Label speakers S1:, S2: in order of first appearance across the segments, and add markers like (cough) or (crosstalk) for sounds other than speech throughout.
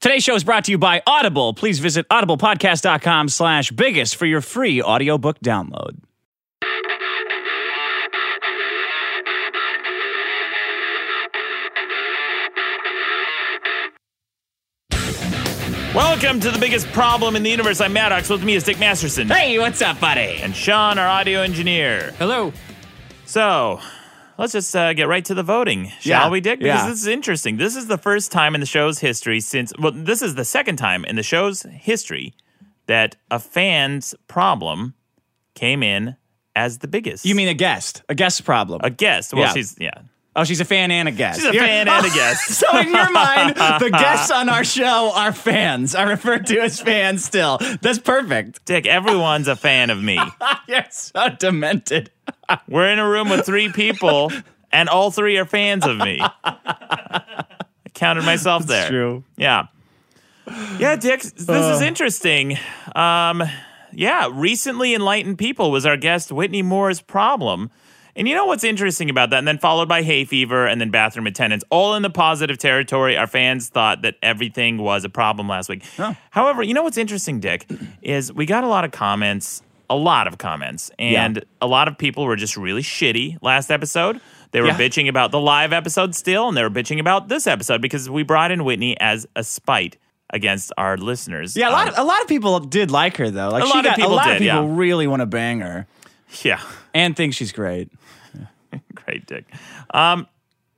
S1: Today's show is brought to you by Audible. Please visit audiblepodcast.com slash biggest for your free audiobook download.
S2: Welcome to the biggest problem in the universe. I'm Maddox. With me is Dick Masterson
S1: Hey, what's up, buddy?
S2: and Sean, our audio engineer.
S3: Hello.
S2: So let's just uh, get right to the voting, shall
S1: Yeah.
S2: we, Dick? Because
S1: Yeah.
S2: this is interesting. This is the first time in the show's history since, well, this is the second time in the show's history that a fan's problem came in as the biggest.
S1: You mean a guest? A guest problem?
S2: a guest? Well,
S1: Yeah.
S2: she's, yeah.
S1: oh, she's a fan and a guest.
S2: She's a
S1: You're-
S2: fan and a guest.
S1: (laughs) So in your mind,
S2: (laughs)
S1: the guests on our show are fans. I refer to as fans still. That's perfect.
S2: Dick, everyone's a fan of me.
S1: You're so demented.
S2: We're in a room with three people, and all three are fans of me. I counted myself there.
S1: true.
S2: Yeah. Yeah, Dick, this is interesting. Um, yeah, recently enlightened people was our guest Whitney Moore's problem. And you know what's interesting about that? And then followed by hay fever and then bathroom attendants, all in the positive territory. Our fans thought that everything was a problem last week. However, you know what's interesting, Dick, is we got a lot of comments, a lot of comments, and a lot of people were just really shitty last episode. They were
S1: Yeah.
S2: bitching about the live episode still, and they were bitching about this episode because we brought in Whitney as a spite against our listeners.
S1: Yeah, a lot,
S2: Um,
S1: of, a lot of people did like her though. Like
S2: A
S1: she
S2: lot of
S1: got,
S2: people
S1: a lot of
S2: did, yeah.
S1: people really want to bang her
S2: yeah.
S1: and think she's great.
S2: (laughs) Great dick. Um,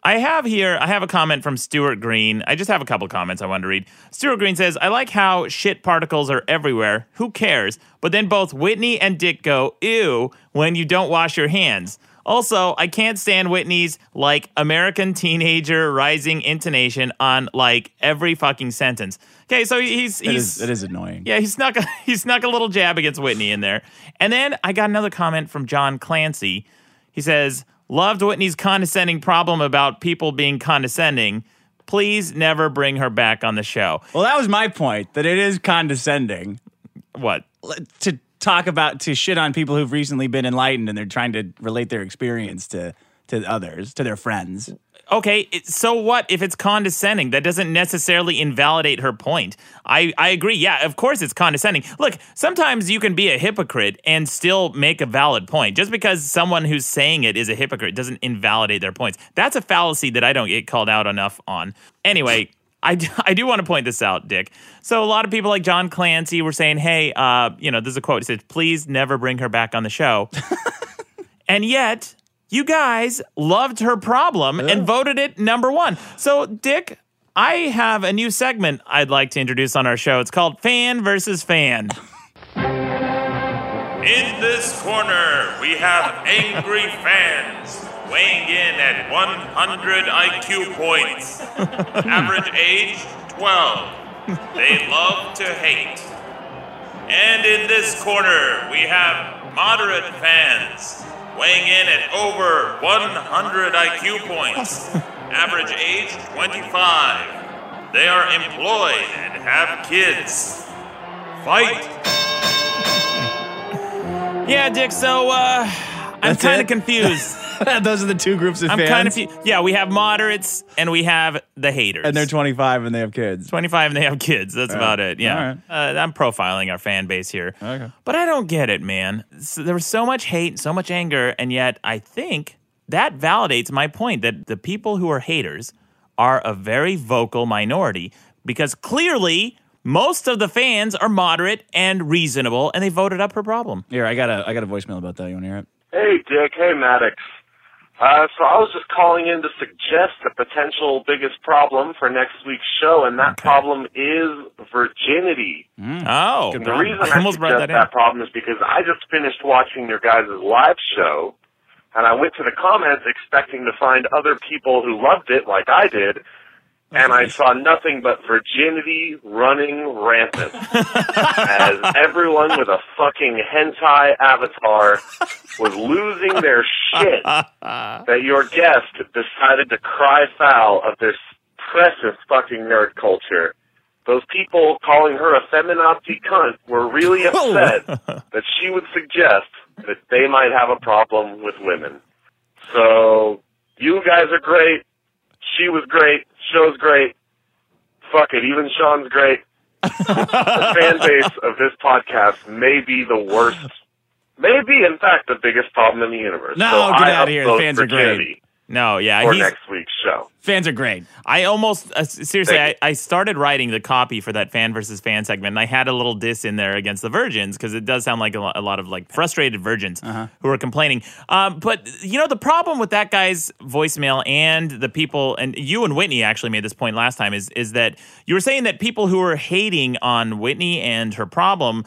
S2: I have here, I have a comment from Stuart Green. I just have a couple comments I wanted to read. Stuart Green says, I like how shit particles are everywhere. Who cares? But then both Whitney and Dick go, ew, when you don't wash your hands. Also, I can't stand Whitney's like American teenager rising intonation on like every fucking sentence. Okay, so he's
S1: It
S2: he's
S1: is, it is annoying.
S2: yeah, he snuck (laughs) a, he snuck a little jab against Whitney in there. And then I got another comment from John Clancy. He says, "Loved Whitney's condescending problem about people being condescending. Please never bring her back on the show."
S1: Well, that was my point that it is condescending
S2: What?
S1: to talk about to shit on people who've recently been enlightened and they're trying to relate their experience to to others, to their friends. (laughs)
S2: Okay, it, so what if it's condescending? That doesn't necessarily invalidate her point. I, I agree. Yeah, of course it's condescending. Look, sometimes you can be a hypocrite and still make a valid point. Just because someone who's saying it is a hypocrite doesn't invalidate their points. That's a fallacy that I don't get called out enough on. Anyway. (laughs) I do, I do want to point this out, Dick. So a lot of people like John Clancy were saying, "Hey, uh, you know, this is a quote. It says, "Please never bring her back on the show." And yet, you guys loved her problem and voted it number one. So, Dick, I have a new segment I'd like to introduce on our show. It's called Fan versus Fan.
S4: In this corner, we have angry fans weighing in at 100 IQ points. Average age 12. They love to hate. And in this corner, we have moderate fans weighing in at over 100 IQ points. Average age 25. They are employed and have kids. Fight!
S2: Yeah, Dick, so uh, I'm
S1: That's
S2: kind
S1: it?
S2: of confused.
S1: (laughs) Those are the two groups of
S2: I'm
S1: fans.
S2: kind of fu- yeah. We have moderates and we have the
S1: (laughs)
S2: haters,
S1: and they're 25 and they have kids.
S2: 25 and they have kids. That's about it. Yeah.
S1: All
S2: Uh, I'm profiling our fan base here.
S1: Okay.
S2: But I don't get it, man. So there was so much hate and so much anger, and yet I think that validates my point that the people who are haters are a very vocal minority because clearly most of the fans are moderate and reasonable, and they voted up her problem.
S1: Here, I got a I got a voicemail about that. You want to hear it?
S5: Hey, Dick. Hey, Maddox. Uh, so I was just calling in to suggest a potential biggest problem for next week's show, and that problem is virginity.
S1: Hmm.
S2: Oh,
S5: The reason
S2: I (laughs)
S5: I
S2: almost
S5: suggest
S2: brought
S5: that,
S2: that in.
S5: problem is because I just finished watching your guys' live show, and I went to the comments expecting to find other people who loved it like I did, and I saw nothing but virginity running
S2: (laughs)
S5: rampant as everyone with a fucking hentai avatar was losing their
S2: (laughs)
S5: shit that your guest decided to cry foul of this precious fucking nerd culture. Those people calling her a feminazi cunt
S1: (laughs)
S5: were really upset that she would suggest that they might have a problem with women. So, you guys are great. She was great. Show's great. fuck it, even Sean's great. the fan base of this podcast may be the worst, maybe in fact the biggest problem in the universe.
S1: No,
S5: so
S1: get
S5: I
S1: outta here. The
S5: upvote
S1: fans
S5: for
S1: are great.
S5: Kennedy
S2: No, yeah,
S5: For
S2: he's-
S5: next week's show.
S1: Fans are great.
S2: I almost uh, s- seriously, I,
S5: Thank
S2: I started writing the copy for that fan versus fan segment, and I had a little diss in there against the virgins because it does sound like a, lo- a lot of like frustrated virgins who are complaining. Um, but you know, the problem with that guy's voicemail and the people, and you and Whitney actually made this point last time, is is that you were saying that people who were hating on Whitney and her problem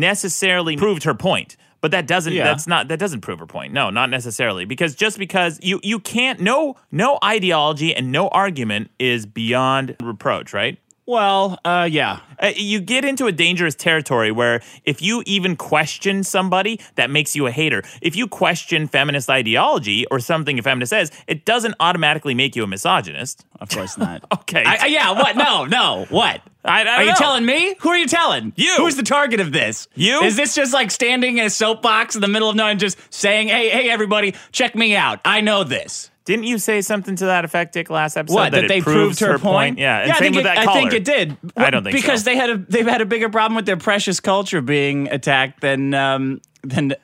S2: necessarily proved her point. But that doesn't
S1: Yeah.
S2: that's not that doesn't prove her point. No, not necessarily. Because just because you you can't no no ideology and no argument is beyond reproach, right?
S1: Well, uh, yeah.
S2: Uh, you get into a dangerous territory where if you even question somebody, that makes you a hater. If you question feminist ideology or something a feminist says, it doesn't automatically make you a misogynist.
S1: Of course (laughs) not.
S2: Okay.
S1: I, I- yeah. What? No. No. What?
S2: I- I don't
S1: are you
S2: know.
S1: telling me? Who are you telling?
S2: You.
S1: Who's the target of this?
S2: You.
S1: Is this just like standing in a soapbox in the middle of nowhere and just saying, "Hey, hey, everybody, check me out. I know this."
S2: Didn't you say something to that effect, Dick, last episode?
S1: what? That,
S2: it
S1: they
S2: proves
S1: proved her, point?
S2: Yeah. And
S1: I
S2: same
S1: think
S2: with
S1: it,
S2: that
S1: I
S2: caller.
S1: think it did.
S2: I don't think
S1: because
S2: so.
S1: they had a they've had a bigger problem with their precious culture being attacked than um than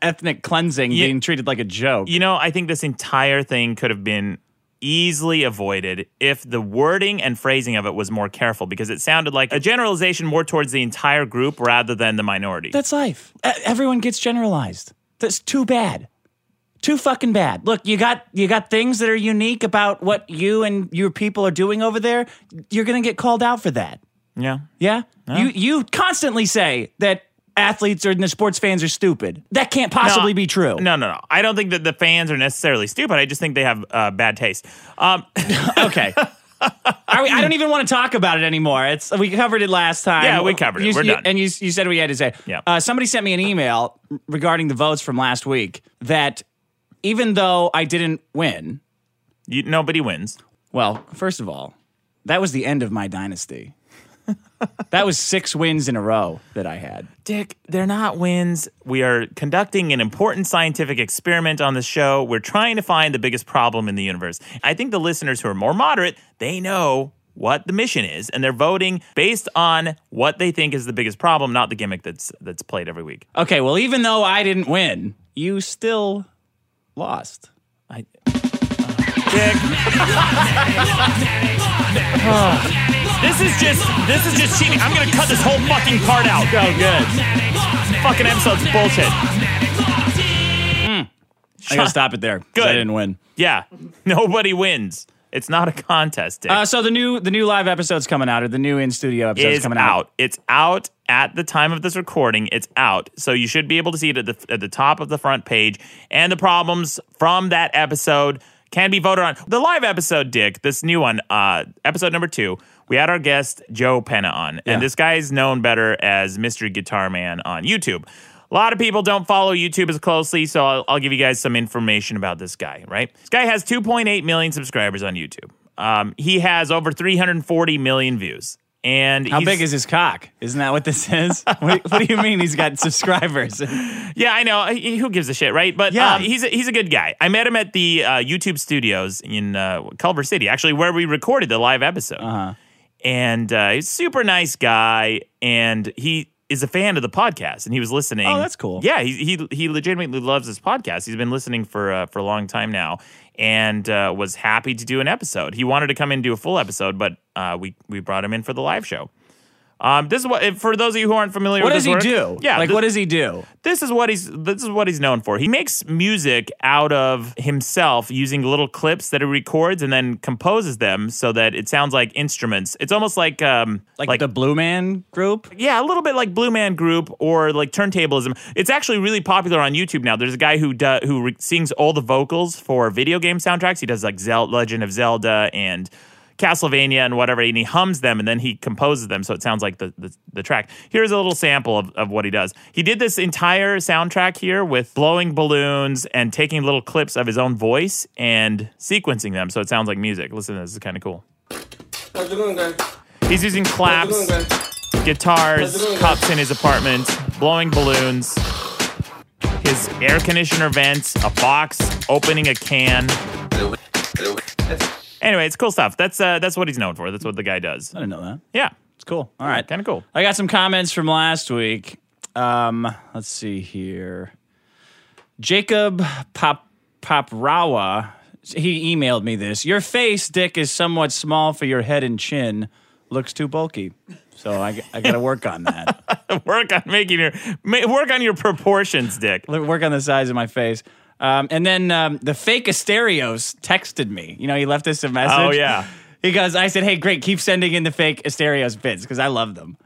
S1: ethnic cleansing
S2: Ye-
S1: being treated like a joke.
S2: You know, I think this entire thing could have been easily avoided if the wording and phrasing of it was more careful because it sounded like a generalization more towards the entire group rather than the minority.
S1: That's life. E- Everyone gets generalized. That's too bad. Too fucking bad. Look, you got you got things that are unique about what you and your people are doing over there. You're gonna get called out for that.
S2: yeah.
S1: Yeah. You you constantly say that athletes or the sports fans are stupid. That can't possibly be true.
S2: No, no, no. I don't think that the fans are necessarily stupid. I just think they have uh, bad taste. Um, (laughs)
S1: Okay. Are we, I don't even want to talk about it anymore. It's we covered it last time.
S2: Yeah, we covered it.
S1: You-
S2: We're
S1: you-
S2: done.
S1: And you, you said we had to say.
S2: Yeah.
S1: Uh, somebody sent me an email regarding the votes from last week that even though I didn't win,
S2: you, nobody wins.
S1: well, first of all, that was the end of my dynasty. (laughs) that was six wins in a row that I had.
S2: Dick, they're not wins. We are conducting an important scientific experiment on the show. We're trying to find the biggest problem in the universe. I think the listeners who are more moderate, they know what the mission is and they're voting based on what they think is the biggest problem, not the gimmick that's that's played every week.
S1: Okay, well, even though I didn't win, you still lost.
S2: I Dick. this is just this is just cheating. I'm gonna cut this whole fucking part out. Oh, good. Fucking episode's bullshit.
S1: I
S2: (laughs)
S1: gotta stop it there. 'cause
S2: Good.
S1: I didn't win.
S2: Yeah, (laughs) nobody wins. It's not a contest. Dick.
S1: Uh, so the new the new live episode's coming out, or the new in studio episode's
S2: is
S1: coming out.
S2: out. It's out at the time of this recording. It's out, so you should be able to see it at the at the top of the front page. And the problems from that episode can be voted on. The live episode, Dick. This new one, uh, episode number two. We had our guest Joe Penna on, and this guy is known better as Mystery Guitar Man on YouTube. A lot of people don't follow YouTube as closely, so I'll, I'll give you guys some information about this guy, right? This guy has 2.8 million subscribers on YouTube. Um, he has over 340 million views. And
S1: How big is his cock? Isn't that what this (laughs) is? what, what do you mean he's got subscribers?
S2: Yeah, I know. He- Who gives a shit, right? But
S1: Yeah.
S2: um, he's a, he's a good guy. I met him at the uh, YouTube studios in uh, Culver City, actually, where we recorded the live episode. Uh-huh. And uh, he's a super nice guy, and he is a fan of the podcast, and he was listening.
S1: Oh, that's cool.
S2: Yeah, he he, he legitimately loves this podcast. He's been listening for uh, for a long time now, and uh, was happy to do an episode. He wanted to come in and do a full episode, but uh, we we brought him in for the live show. Um, this is what for those of you who aren't familiar.
S1: What
S2: with
S1: does
S2: his
S1: he
S2: work-
S1: do?
S2: Yeah,
S1: like
S2: thi-
S1: what does he do?
S2: this is what he's this is what he's known for. He makes music out of himself using little clips that he records and then composes them so that it sounds like instruments. It's almost like um
S1: Like, the Blue Man Group?
S2: yeah, a little bit like Blue Man Group or like turntablism. It's actually really popular on YouTube now. There's a guy who do, who re- sings all the vocals for video game soundtracks. He does like Zel- Legend of Zelda and Castlevania and whatever, and he hums them and then he composes them, so it sounds like the the, the track. Here's a little sample of, of what he does. He did this entire soundtrack here with blowing balloons and taking little clips of his own voice and sequencing them, so it sounds like music. Listen, this is kind of cool.
S3: How's it going, guys?
S2: He's using
S3: How's
S2: claps
S3: it going, guys?
S2: guitars, cups in his apartment, blowing balloons, his air conditioner vents, a box, opening a can. Anyway, it's cool stuff. That's uh, that's what he's known for. That's what the guy does.
S1: I didn't know that.
S2: Yeah, (laughs)
S1: It's cool. All right.
S2: kind of cool.
S1: I got some comments from last week. Um, let's see here. Jacob Pop Poprawa, he emailed me this. Your face, Dick, is somewhat small for your head and chin. Looks too bulky. So I, I got to work on that.
S2: work on making your ma- work on your proportions, Dick.
S1: Let me work on the size of my face. Um, and then um, the fake Asterios texted me. You know, he left us a message.
S2: Oh yeah.
S1: (laughs) He goes, I said, hey, great, keep sending in the fake Asterios bits because I love them.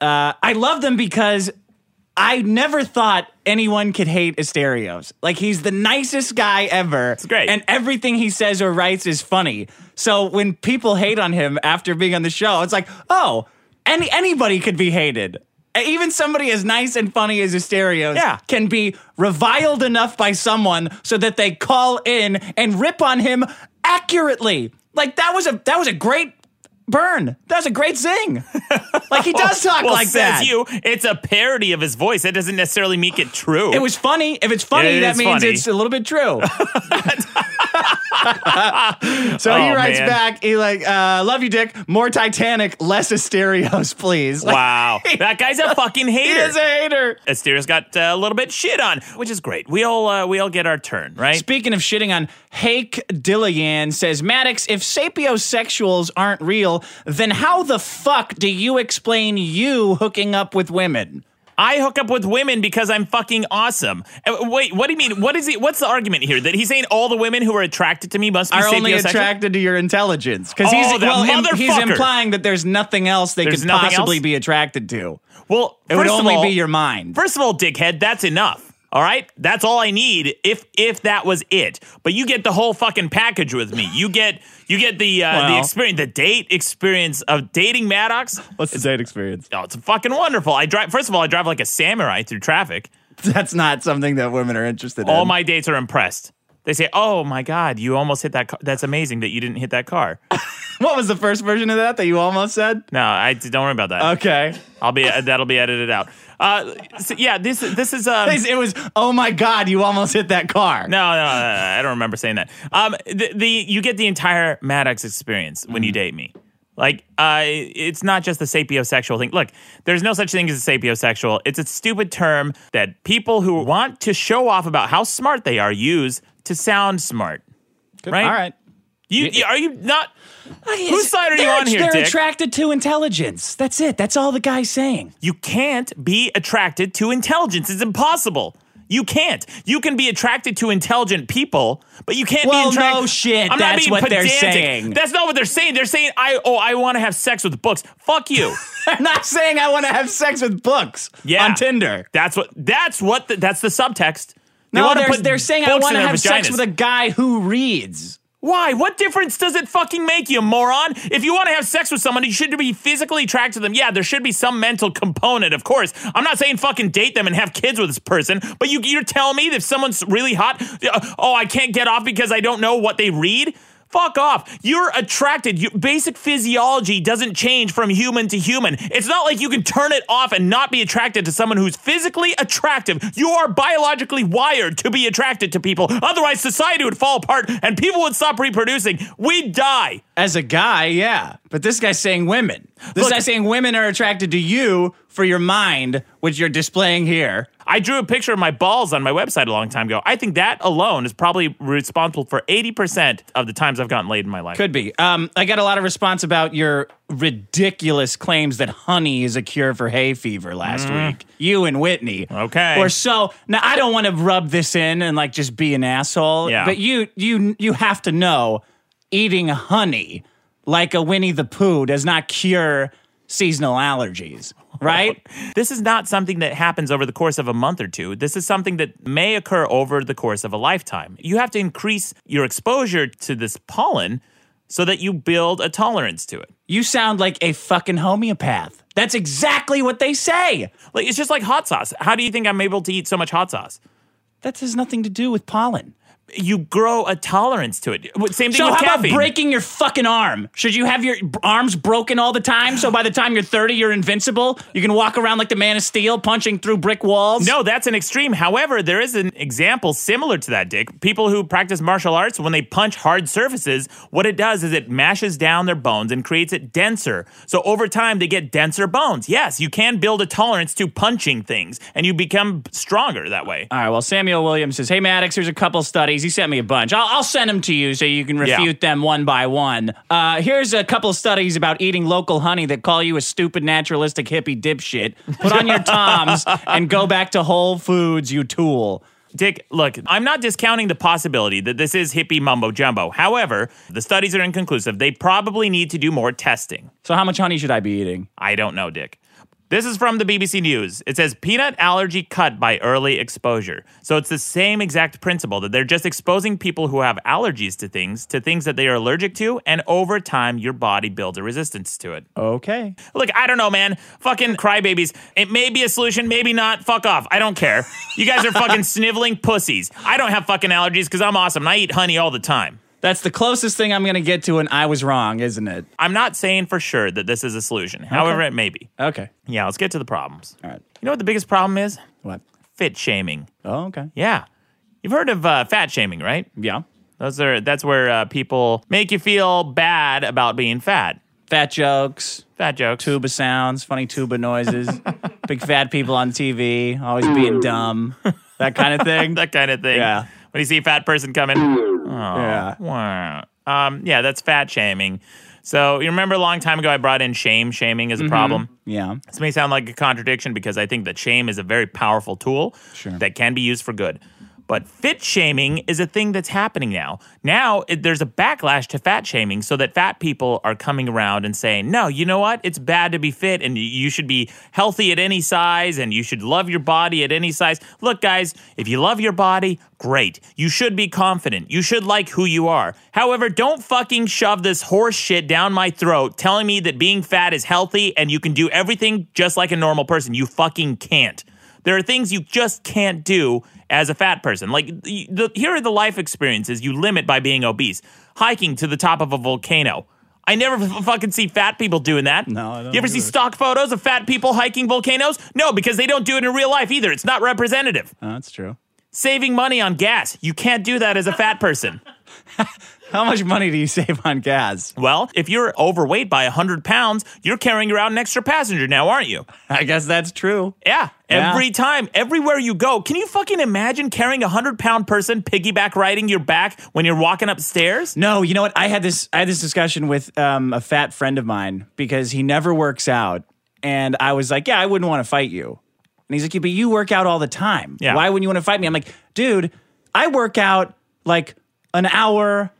S1: Uh, I love them because I never thought anyone could hate Asterios. Like, he's the nicest guy ever. It's
S2: great.
S1: And everything he says or writes is funny. So when people hate on him after being on the show, it's like, oh, any, anybody could be hated. E, Even somebody as nice and funny as Asterios
S2: Yeah.
S1: can be reviled enough by someone so that they call in and rip on him accurately. Like that was a that was a great burn. That was a great
S2: (laughs)
S1: zing. like he does talk
S2: well,
S1: like
S2: says
S1: that.
S2: you, it's a parody of his voice. That doesn't necessarily make it true.
S1: It was funny. If it's funny,
S2: It
S1: that
S2: is
S1: means
S2: funny.
S1: it's a little bit
S2: (laughs)
S1: true. so he
S2: Oh,
S1: writes
S2: man.
S1: back, he like, uh, love you, Dick. More Titanic, less Asterios, please. Like,
S2: wow. that guy's a
S1: (laughs)
S2: fucking
S1: He
S2: hater.
S1: is a hater.
S2: Asterios got uh, a little bit shit on, which is great. We all uh, we all get our turn, right?
S1: Speaking of shitting on, Hake Dillian says, Maddox, if sapiosexuals aren't real, then how the fuck do you explain you hooking up with women?
S2: I hook up with women because I'm fucking awesome. Uh, Wait, what do you mean? What is he? What's the argument here? That he's saying all the women who are attracted to me must be
S1: Are only
S2: sapiosexual?
S1: attracted to your intelligence because
S2: Oh,
S1: he's
S2: that
S1: well, im- he's
S2: motherfucker.
S1: implying that there's nothing else they
S2: There's
S1: could
S2: nothing
S1: possibly
S2: else?
S1: be attracted to.
S2: Well,
S1: It would
S2: first of
S1: only
S2: all-
S1: be your mind.
S2: First of all, dickhead, that's enough. All right? That's all I need if if that was it. But you get the whole fucking package with me. You get you get the uh, the
S1: Well.
S2: experience, the date experience of dating Maddox.
S1: What's the date experience?
S2: Oh, it's fucking wonderful. I drive first of all, I drive like a samurai through traffic.
S1: (laughs) That's not something that women are interested
S2: All
S1: in.
S2: my dates are impressed. They say, "Oh my god, you almost hit that car. That's amazing that you didn't hit that car."
S1: what was the first version of that that you almost said?
S2: No, I don't worry about that.
S1: Okay.
S2: I'll be that'll be edited out. Uh, so, yeah, this this is um,
S1: (laughs) It was, oh my God, you almost hit that car.
S2: No, no, no, no, I don't remember saying that. Um, the, the you get the entire Maddox experience when you
S1: Mm-hmm.
S2: date me. Like, uh, it's not just the sapiosexual thing. Look, there's no such thing as a sapiosexual. It's a stupid term that people who want to show off about how smart they are use to sound smart. Right?
S1: All right.
S2: You, you- are you not? Whose side are you
S1: They're-
S2: on here,
S1: They're
S2: Dick?
S1: attracted to intelligence. That's it. That's all the guy's (laughs) saying.
S2: You can't be attracted to intelligence. It's impossible. You can't. You can be attracted to intelligent people, but you can't
S1: Well,
S2: be attracted.
S1: no shit.
S2: I'm not
S1: That's
S2: being
S1: what they're
S2: pedantic.
S1: saying.
S2: That's not what they're saying. They're saying, "I oh, I want to have sex with books."
S1: (laughs)
S2: Fuck you.
S1: I'm not saying I want to have sex with books
S2: Yeah.
S1: on Tinder.
S2: that's what. That's what. The, that's the subtext. They
S1: No,
S2: wanna
S1: they're,
S2: put
S1: they're saying I
S2: books
S1: want
S2: in
S1: to
S2: their
S1: have sex
S2: vaginas.
S1: with a guy who reads.
S2: Why? What difference does it fucking make, you moron? If you want to have sex with someone, you should be physically attracted to them. Yeah, there should be some mental component, of course. I'm not saying fucking date them and have kids with this person, but you, you're telling me that if someone's really hot, uh, oh, I can't get off because I don't know what they read? Fuck off. You're attracted. You, basic physiology doesn't change from human to human. It's not like you can turn it off and not be attracted to someone who's physically attractive. You are biologically wired to be attracted to people. Otherwise, society would fall apart and people would stop reproducing. We'd die.
S1: As a guy, yeah. But this guy's saying women. This
S2: Look-
S1: guy's saying women are attracted to you for your mind, which you're displaying here.
S2: I drew a picture of my balls on my website a long time ago. I think that alone is probably responsible for 80% of the times I've gotten laid in my life.
S1: Could be. Um, I got a lot of response about your ridiculous claims that honey is a cure for hay fever last week. You and Whitney.
S2: Mm-hmm. Okay.
S1: Or so. Now I don't want to rub this in and like just be an asshole.
S2: Yeah.
S1: But you you you have to know eating honey like a Winnie the Pooh does not cure seasonal allergies. Right?
S2: This is not something that happens over the course of a month or two. This is something that may occur over the course of a lifetime. You have to increase your exposure to this pollen so that you build a tolerance to it.
S1: you sound like a fucking homeopath. That's exactly what they say.
S2: Like it's just like hot sauce. How do you think I'm able to eat so much hot sauce?
S1: That has nothing to do with pollen.
S2: you grow a tolerance to it. What- Same thing
S1: So
S2: with
S1: how
S2: caffeine.
S1: about breaking your fucking arm? Should you have your b- arms broken all the time? So by the time you're 30, you're invincible. You can walk around like the Man of Steel, punching through brick walls.
S2: No, that's an extreme. However, there is an example similar to that, Dick. People who practice martial arts, when they punch hard surfaces, what it does is it mashes down their bones and creates it denser. So over time, they get denser bones. Yes, you can build a tolerance to punching things, and you become stronger that way.
S1: All right. Well, Samuel Williams says, "Hey, Maddox, here's a couple studies. He sent me a bunch. I'll, I'll send them to you so you can
S2: Yeah.
S1: refute them one by one. Uh, here's a couple studies about eating local honey that call you a stupid naturalistic hippie dipshit. Put on your toms and go back to Whole Foods, you tool."
S2: Dick, look, I'm not discounting the possibility that this is hippie mumbo jumbo. However, the studies are inconclusive. They probably need to do more testing.
S1: So how much honey should I be eating?
S2: I don't know, Dick. This is from the BBC News. It says peanut allergy cut by early exposure. So it's the same exact principle that they're just exposing people who have allergies to things to things that they are allergic to, and over time, your body builds a resistance to it.
S1: Okay.
S2: Look, I don't know, man. Fucking crybabies. It may be a solution, maybe not. Fuck off. I don't care. You guys
S1: (laughs)
S2: are fucking sniveling pussies. I don't have fucking allergies because I'm awesome and I eat honey all the time.
S1: That's the closest thing I'm going to get to an I was wrong, isn't it?
S2: I'm not saying for sure that this is a solution, however, it may be.
S1: Okay.
S2: Yeah, let's get to the problems.
S1: All right.
S2: You know what the biggest problem is?
S1: What?
S2: Fit shaming.
S1: Oh, okay.
S2: Yeah. You've heard of uh, fat shaming, right?
S1: Yeah.
S2: Those are that's where uh, people make you feel bad about being fat.
S1: Fat jokes,
S2: Fat jokes.
S1: tuba sounds, funny tuba noises, big fat people on TV, always being dumb, (laughs) that kind of
S2: (laughs)
S1: thing.
S2: (laughs) that kind of thing.
S1: Yeah.
S2: When you see a fat person coming,
S1: yeah.
S2: Wah. Um, yeah, that's fat shaming. So you remember a long time ago I brought in shame shaming as a problem.
S1: Yeah.
S2: This may sound like a contradiction because I think that shame is a very powerful tool
S1: Sure.
S2: that can be used for good. But fit shaming is a thing that's happening now. Now it, there's a backlash to fat shaming so that fat people are coming around and saying, no, you know what? It's bad to be fit and y- you should be healthy at any size and you should love your body at any size. Look, guys, if you love your body, great. You should be confident. You should like who you are. However, don't fucking shove this horse shit down my throat telling me that being fat is healthy and you can do everything just like a normal person. You fucking can't. There are things you just can't do as a fat person. Like, the, the, here are the life experiences you limit by being obese hiking to the top of a volcano. I never f- fucking see fat people doing that.
S1: No, I don't
S2: You ever see
S1: either.
S2: stock photos of fat people hiking volcanoes? No, because they don't do it in real life either. It's not representative.
S1: Oh, that's true.
S2: Saving money on gas. You can't do that as a fat person.
S1: How much money do you save on gas?
S2: Well, if you're overweight by 100 pounds, you're carrying around an extra passenger now, aren't you?
S1: I guess that's true.
S2: Yeah.
S1: Yeah.
S2: Every time, everywhere you go. Can you fucking imagine carrying a hundred pound person piggyback riding your back when you're walking upstairs?
S1: No, you know what? I had this I had this discussion with um, a fat friend of mine because he never works out, and I was like, "Yeah, I wouldn't want to fight you." And he's like, yeah, "But you work out all the time.
S2: Yeah.
S1: Why wouldn't you want to fight me?" I'm like, "Dude, I work out like an hour,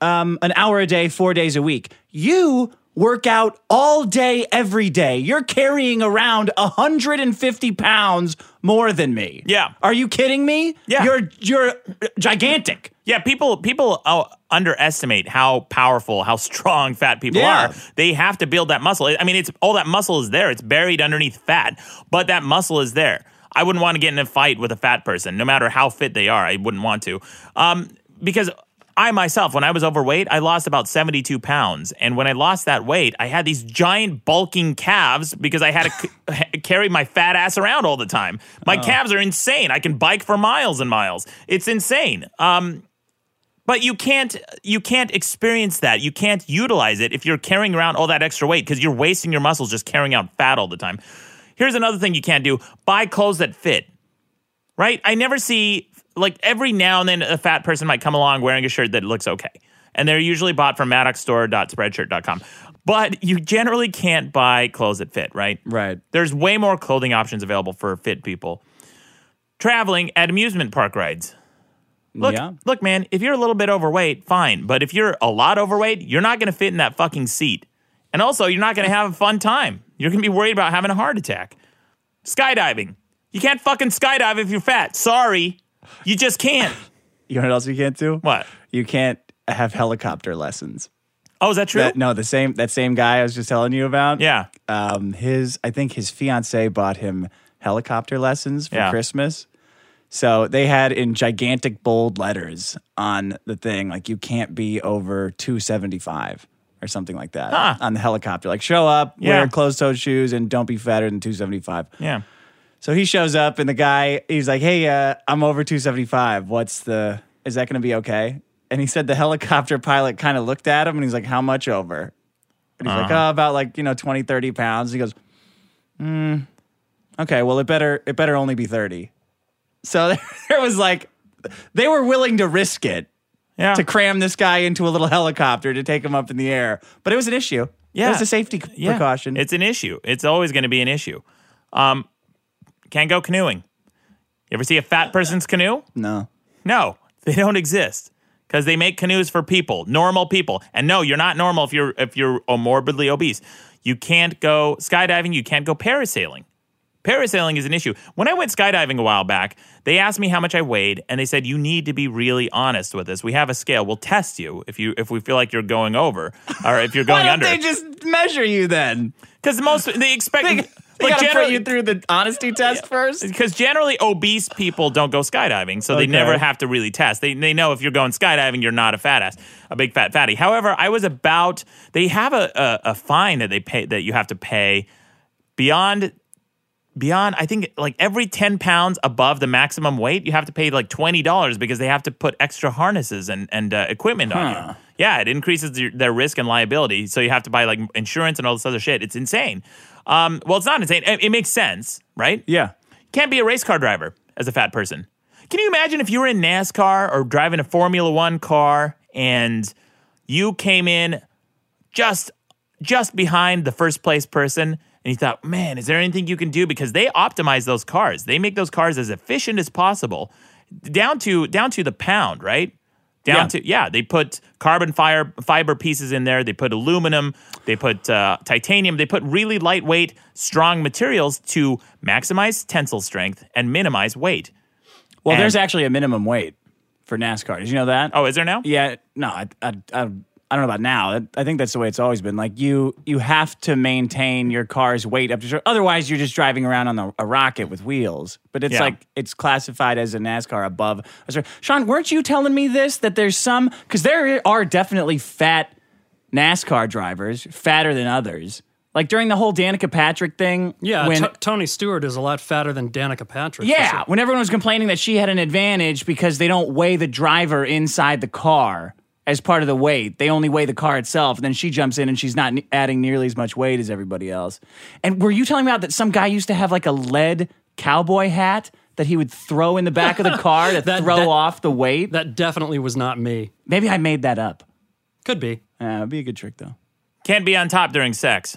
S1: um, an hour a day, four days a week. You." Work out all day, every day. You're carrying around 150 pounds more than me.
S2: Yeah.
S1: Are you kidding me?
S2: Yeah.
S1: You're you're uh, gigantic.
S2: Yeah, people people uh, underestimate how powerful, how strong fat people
S1: Yeah.
S2: are. They have to build that muscle. I mean, it's all that muscle is there. It's buried underneath fat, but that muscle is there. I wouldn't want to get in a fight with a fat person, no matter how fit they are. I wouldn't want to, um, because. I myself, when I was overweight, I lost about 72 pounds. And when I lost that weight, I had these giant bulking calves because I had to c- (laughs) h- carry my fat ass around all the time. My calves are insane. I can bike for miles and miles. It's insane. Um, but you can't you can't experience that. You can't utilize it if you're carrying around all that extra weight because you're wasting your muscles just carrying out fat all the time. Here's another thing you can't do: buy clothes that fit. Right? I never see like every now and then a fat person might come along wearing a shirt that looks okay, and they're usually bought from maddoxstore.spreadshirt.com. But you generally can't buy clothes that fit, right?
S1: Right.
S2: There's way more clothing options available for fit people. Traveling at amusement park rides. Look,
S1: Yeah.
S2: look, man, if you're a little bit overweight, fine. But if you're a lot overweight, you're not going to fit in that fucking seat. And also, you're not going to have a fun time. You're going to be worried about having a heart attack. Skydiving. You can't fucking skydive if you're fat. Sorry. You just can't.
S1: You know what else you can't do?
S2: What?
S1: You can't have helicopter lessons.
S2: Oh, is that true?
S1: That, no, the same that same guy I was just telling you about.
S2: Yeah.
S1: Um, his I think his fiance bought him helicopter lessons for
S2: Yeah.
S1: Christmas. So they had in gigantic bold letters on the thing, like you can't be over 275 or something like that
S2: Huh.
S1: on the helicopter. Like show up,
S2: Yeah.
S1: wear closed-toed shoes, and don't be fatter than 275.
S2: Yeah.
S1: So he shows up, and the guy he's like, "Hey, uh, I'm over 275. What's the? Is that going to be okay?" And he said the helicopter pilot kind of looked at him, and he's like, "How much over?" And he's
S2: Uh-huh.
S1: like, "Oh, about like you know 20, 30 pounds." He goes, "Hmm, okay. Well, it better it better only be 30." So (laughs) there was like, they were willing to risk it
S2: Yeah.
S1: to cram this guy into a little helicopter to take him up in the air, but it was an issue.
S2: Yeah.
S1: it was a safety c-
S2: Yeah.
S1: precaution.
S2: It's an issue. It's always going to be an issue. Um, can't go canoeing. You ever see a fat person's canoe?
S1: no.
S2: No, they don't exist because they make canoes for people, normal people. And no, you're not normal if you're if you're morbidly obese. You can't go skydiving. You can't go parasailing. Parasailing is an issue. When I went skydiving a while back, they asked me how much I weighed, and they said you need to be really honest with us. We have a scale. We'll test you if you if we feel like you're going over or if you're
S1: Why
S2: going
S1: don't
S2: under.
S1: they just measure you then?
S2: Because most they
S1: (laughs)
S2: expect
S1: They, they gotta
S2: like
S1: put
S2: generally
S1: you through the (laughs) honesty test first.
S2: because generally obese people don't go skydiving, so they
S1: Okay.
S2: never have to really test. They they know if you're going skydiving, you're not a fat ass, a big fat fatty. However, I was about they have a a, a fine that they pay that you have to pay beyond beyond I think like every 10 pounds above the maximum weight, you have to pay like $20 because they have to put extra harnesses and, and uh, equipment on you. Yeah, it increases your, their risk and liability. So you have to buy like insurance and all this other shit. It's insane. Um, well, it's not insane. It, it makes sense, right?
S1: Yeah.
S2: Can't be a race car driver as a fat person. Can you imagine if you were in NASCAR or driving a Formula One car and you came in just just behind the first place person and you thought, man, is there anything you can do? Because they optimize those cars. They make those cars as efficient as possible. Down to down to the pound, right? Down
S1: Yeah.
S2: to yeah, they put carbon fire, fiber pieces in there. They put aluminum. They put uh, titanium. They put really lightweight, strong materials to maximize tensile strength and minimize weight.
S1: Well,
S2: And-
S1: there's actually a minimum weight for NASCAR. Did you know that?
S2: Oh, is there now?
S1: yeah. No, I, I, I, I don't know about now. I- I think that's the way it's always been. Like you, you have to maintain your car's weight up to. Otherwise, you're just driving around on the, a rocket with wheels. But it's
S2: Yeah.
S1: like it's classified as a NASCAR above. Sean, weren't you telling me this that there's some because there are definitely fat NASCAR drivers, fatter than others. Like during the whole Danica Patrick thing,
S3: Yeah,
S1: when,
S3: T- Tony Stewart is a lot fatter than Danica Patrick. for
S1: Yeah,
S3: sure.
S1: when everyone was complaining that she had an advantage because they don't weigh the driver inside the car as part of the weight, they only weigh the car itself. And then she jumps in and she's not ne- adding nearly as much weight as everybody else. And were you telling me about that some guy used to have like a lead cowboy hat that he would throw in the back of the car to
S3: That-
S1: throw
S3: that-
S1: off the weight?
S3: That definitely was not me.
S1: Maybe I made that up.
S3: Could be.
S1: Uh, it'd be a good trick though.
S2: Can't be on top during sex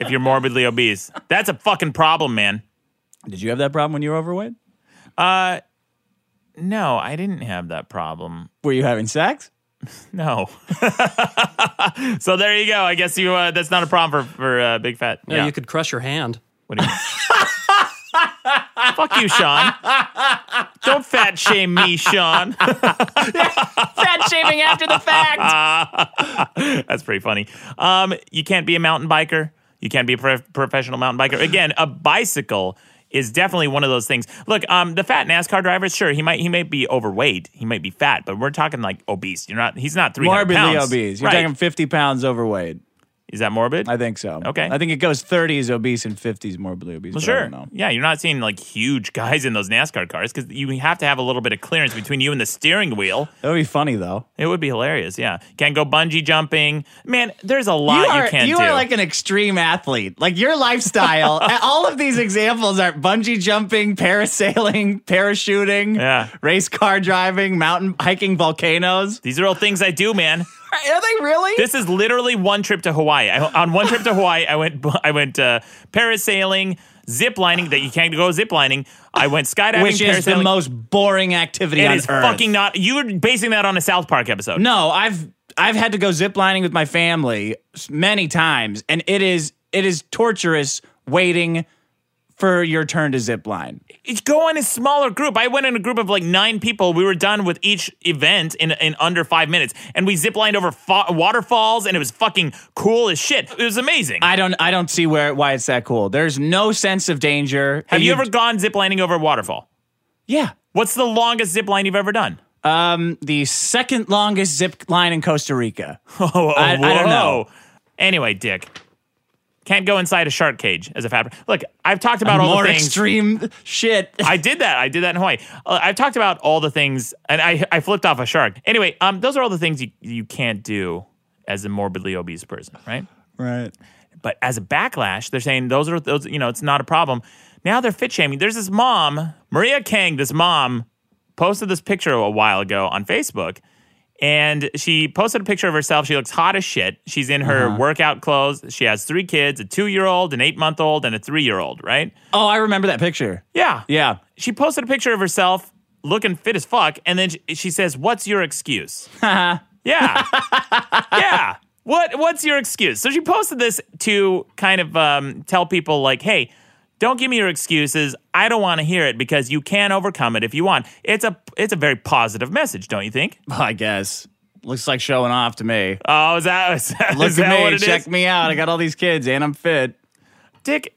S2: if you're morbidly obese. That's a fucking problem, man.
S1: Did you have that problem when you were overweight?
S2: No, I didn't have that problem.
S1: Were you having sex?
S2: No. (laughs) so there you go. I guess you uh, that's not a problem for for uh, big fat.
S3: Yeah, you could crush your hand.
S2: What do you (laughs) Fuck you, Sean. Don't fat shame me, Sean. (laughs)
S1: Fat shaming after the fact.
S2: That's pretty funny. Um, you can't be a mountain biker. You can't be a pro- professional mountain biker. Again, a bicycle is definitely one of those things. Look, um, the fat NASCAR driver, sure, he might he might be overweight, he might be fat, but we're talking like obese. You're not. He's not three hundred
S1: Morbidly
S2: pounds.
S1: obese. You're
S2: Right.
S1: talking 50 pounds overweight.
S2: Is that morbid?
S1: I think so.
S2: Okay.
S1: I think it goes 30s obese and 50s morbidly obese.
S2: Well,
S1: but I
S2: sure.
S1: don't know.
S2: Yeah, you're not seeing like huge guys in those NASCAR cars because you have to have a little bit of clearance between you and the steering wheel.
S1: That would be funny though.
S2: It would be hilarious. Yeah, can't go bungee jumping. Man, there's a lot you, can't do.
S1: are like an extreme athlete. Like your
S2: (laughs)
S1: lifestyle, all of these examples are bungee jumping, parasailing, (laughs) parachuting,
S2: Yeah.
S1: race car driving, mountain hiking, volcanoes.
S2: These are all things I do, man.
S1: Are they really?
S2: This is literally one trip to Hawaii. I, on one trip to Hawaii, I went bu- I went uh, parasailing, ziplining. That you can't go ziplining. I went skydiving.
S1: Which is the
S2: parasailing.
S1: most boring activity
S2: It
S1: on
S2: is
S1: earth.
S2: fucking not. You were basing that on a South Park episode.
S1: No, I've I've had to go ziplining with my family s- many times, and it is it is torturous waiting for your turn to zipline.
S2: It's go in a smaller group. I went in a group of like nine people. We were done with each event in, in under five minutes, and we ziplined over fa- waterfalls, and it was fucking cool as shit. It was amazing.
S1: I don't I don't see where why it's that cool. There's no sense of danger.
S2: Have you, ever gone ziplining over a waterfall?
S1: Yeah.
S2: What's the longest zip line you've ever done? (laughs)
S1: Um, the second longest zip line in Costa
S2: (laughs)
S1: Rica.
S2: Oh,
S1: I- I don't know.
S2: whoa. Anyway, Dick. Can't go inside a shark cage as a fabric. Look, I've talked about all
S1: More
S2: the things.
S1: extreme shit. (laughs)
S2: I did that. I did that in Hawaii. Uh, I've talked about all the things, and I I flipped off a shark. Anyway, um, those are all the things you you can't do as a morbidly obese person, right?
S1: Right.
S2: But as a backlash, they're saying those are those. You know, it's not a problem. Now they're fit shaming. There's this mom, Maria Kang. This mom posted this picture a while ago on Facebook, and she posted a picture of herself. She looks hot as shit. She's in her workout clothes. She has three kids: a two-year-old, an eight-month-old, and a three-year-old. Right?
S1: Oh, I remember that picture.
S2: Yeah.
S1: Yeah.
S2: She posted a picture of herself looking fit as fuck, and then she, she says, "What's
S1: (laughs)
S2: your excuse?" yeah, yeah. What What's your excuse? So she posted this to kind of um, tell people, like, "Hey, don't give me your excuses. I don't want to hear it because you can overcome it if you want." It's a It's a very positive message, don't you think?
S1: I guess. Looks like showing off to me.
S2: Oh, is that, (laughs) is that,
S1: Look
S2: is
S1: at
S2: that
S1: me.
S2: what it is?
S1: check me out. I got all these kids and I'm fit.
S2: Dick?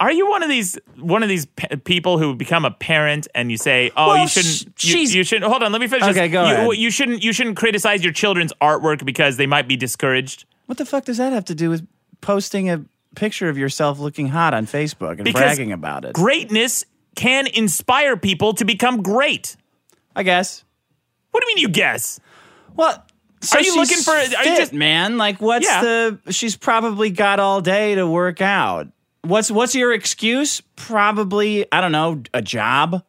S2: Are you one of these one of these pe- people who become a parent and you say, "Oh,
S1: Well,
S2: you shouldn't,
S1: sh-
S2: you,
S1: she's-
S2: you shouldn't"? Hold on, let me finish.
S1: Okay,
S2: this.
S1: go
S2: you,
S1: ahead.
S2: You shouldn't, you shouldn't criticize your children's artwork because they might be discouraged.
S1: What the fuck does that have to do with posting a picture of yourself looking hot on Facebook and
S2: Because
S1: bragging about it?
S2: Greatness can inspire people to become great.
S1: I guess.
S2: What do you mean? You guess?
S1: Well, so
S2: Are you
S1: she's
S2: looking for- are you
S1: Fit,
S2: just-
S1: man? Like, what's
S2: Yeah.
S1: the? She's probably got all day to work out. What's what's your excuse? Probably I don't know a job.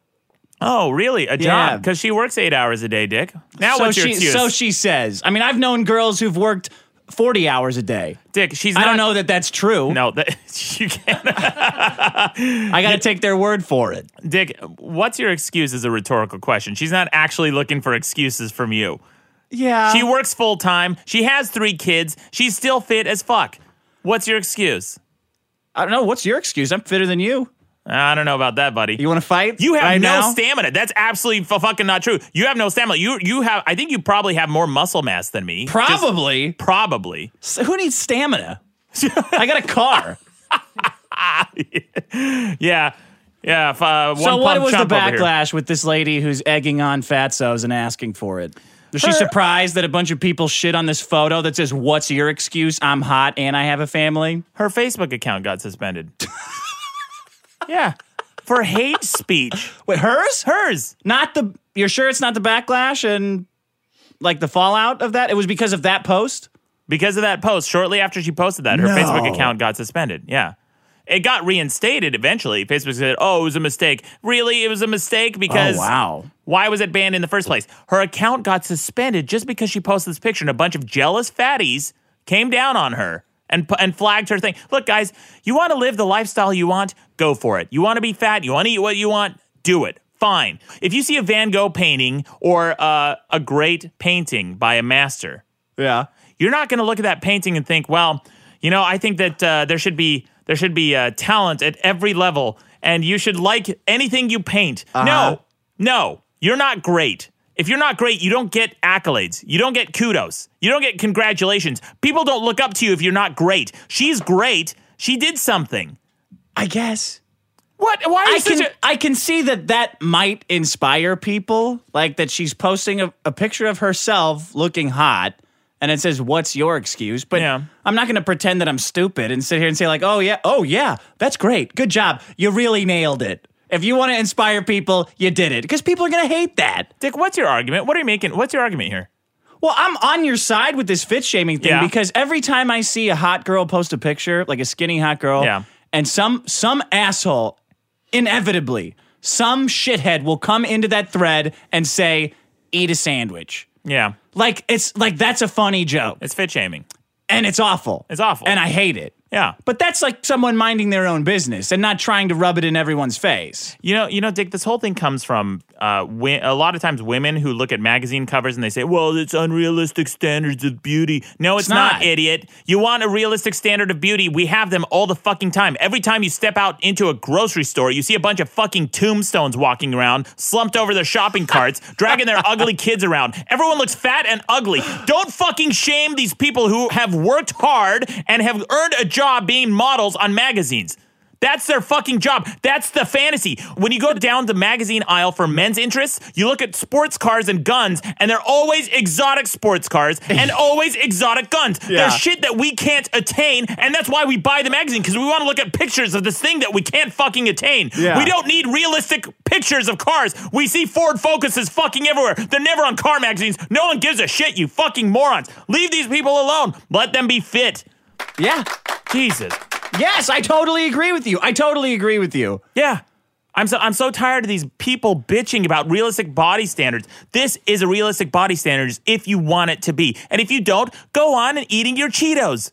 S2: Oh, really? A
S1: Yeah.
S2: job? Because she works eight hours a day, Dick. Now
S1: so
S2: Oh, what's your
S1: she
S2: excuse?
S1: so she says. I mean, I've known girls who've worked forty hours a day.
S2: Dick, she's.
S1: I don't
S2: not-
S1: know that that's true.
S2: (laughs) No, that, you can't.
S1: I got to take their word for it.
S2: Dick, what's your excuse is a rhetorical question. She's not actually looking for excuses from you.
S1: Yeah.
S2: She works full time. She has three kids. She's still fit as fuck. What's your excuse?
S1: I don't know. What's your excuse? I'm fitter than you.
S2: I don't know about that, buddy.
S1: You want to fight?
S2: You have
S1: right
S2: no
S1: now?
S2: stamina. That's absolutely f- fucking not true. You have no stamina. You you have. I think you probably have more muscle mass than me. Just
S1: Probably.
S2: probably.
S1: S- Who needs
S2: (laughs)
S1: stamina? I got a car.
S2: Yeah. Yeah. If, uh,
S1: So
S2: one
S1: what
S2: pump
S1: was the
S2: chump over here.
S1: backlash with this lady who's egging on fatso's and asking for it? Was she
S2: Her-
S1: surprised that a bunch of people shit on this photo that says, "What's your excuse? I'm hot and I have a family."
S2: Her Facebook account
S1: (laughs)
S2: got suspended. yeah. For hate speech.
S1: Wait, hers?
S2: Hers.
S1: Not the. You're sure it's not the backlash and like the fallout of that? It was because of that post.
S2: because of that post shortly after she posted that her
S1: No.
S2: facebook account got suspended yeah it got reinstated eventually facebook said oh it was a mistake really it was a mistake because
S1: Oh, wow.
S2: why was it banned in the first place her account got suspended just because she posted this picture and a bunch of jealous fatties came down on her and, pu- and flagged her thing look guys you want to live the lifestyle you want go for it you want to be fat you want to eat what you want do it fine if you see a van gogh painting or uh, a great painting by a master
S1: Yeah.
S2: you're not going to look at that painting and think, well, you know, I think that uh, there should be there should be uh, talent at every level, and you should like anything you paint. No, no, you're not great. If you're not great, you don't get accolades. You don't get kudos. You don't get congratulations. People don't look up to you if you're not great. She's great. She did something.
S1: I guess.
S2: What? Why
S1: I
S2: is such
S1: can
S2: a
S1: I can see that that might inspire people, like that she's posting a, a picture of herself looking hot, and it says, "What's your excuse?" But
S2: Yeah.
S1: I'm not going to pretend that I'm stupid and sit here and say like, "Oh yeah, oh yeah, that's great, good job, you really nailed it." If you want to inspire people, you did it because people are going to hate that.
S2: Dick? What's your argument? What are you making? What's your argument here?
S1: Well, I'm on your side with this fit shaming thing
S2: Yeah.
S1: because every time I see a hot girl post a picture, like a skinny hot girl,
S2: Yeah.
S1: and some some asshole, inevitably, some shithead will come into that thread and say, "Eat a sandwich."
S2: Yeah,
S1: Like it's like that's a funny joke,
S2: it's fit shaming.
S1: and it's awful.
S2: It's awful.
S1: and I hate it.
S2: Yeah,
S1: But that's like someone minding their own business and not trying to rub it in everyone's face.
S2: You know, you know, Dick. This whole thing comes from uh, wi- a lot of times women who look at magazine covers and they say, "Well, it's unrealistic standards of beauty." No, it's,
S1: It's
S2: not.
S1: not.
S2: idiot. You want a realistic standard of beauty? We have them all the fucking time. Every time you step out into a grocery store, you see a bunch of fucking tombstones walking around, slumped over their shopping carts, dragging their ugly kids around. Everyone looks fat and ugly. Don't fucking shame these people who have worked hard and have earned a job being models on magazines. That's their fucking job. That's the fantasy. When you go down the magazine aisle for men's interests, you look at sports cars and guns, and they're always exotic sports cars and always exotic guns.
S1: Yeah.
S2: They're shit that we can't attain, and that's why we buy the magazine because we want to look at pictures of this thing that we can't fucking attain.
S1: Yeah.
S2: We don't need realistic pictures of cars. We see Ford Focuses fucking everywhere. They're never on car magazines. No one gives a shit, you fucking morons. Leave these people alone. Let them be fit.
S1: Yeah.
S2: Jesus.
S1: Yes, I totally agree with you. I totally agree with you.
S2: Yeah. I'm so I'm so tired of these people bitching about realistic body standards. This is a realistic body standards if you want it to be. And if you don't, go on and eating your Cheetos.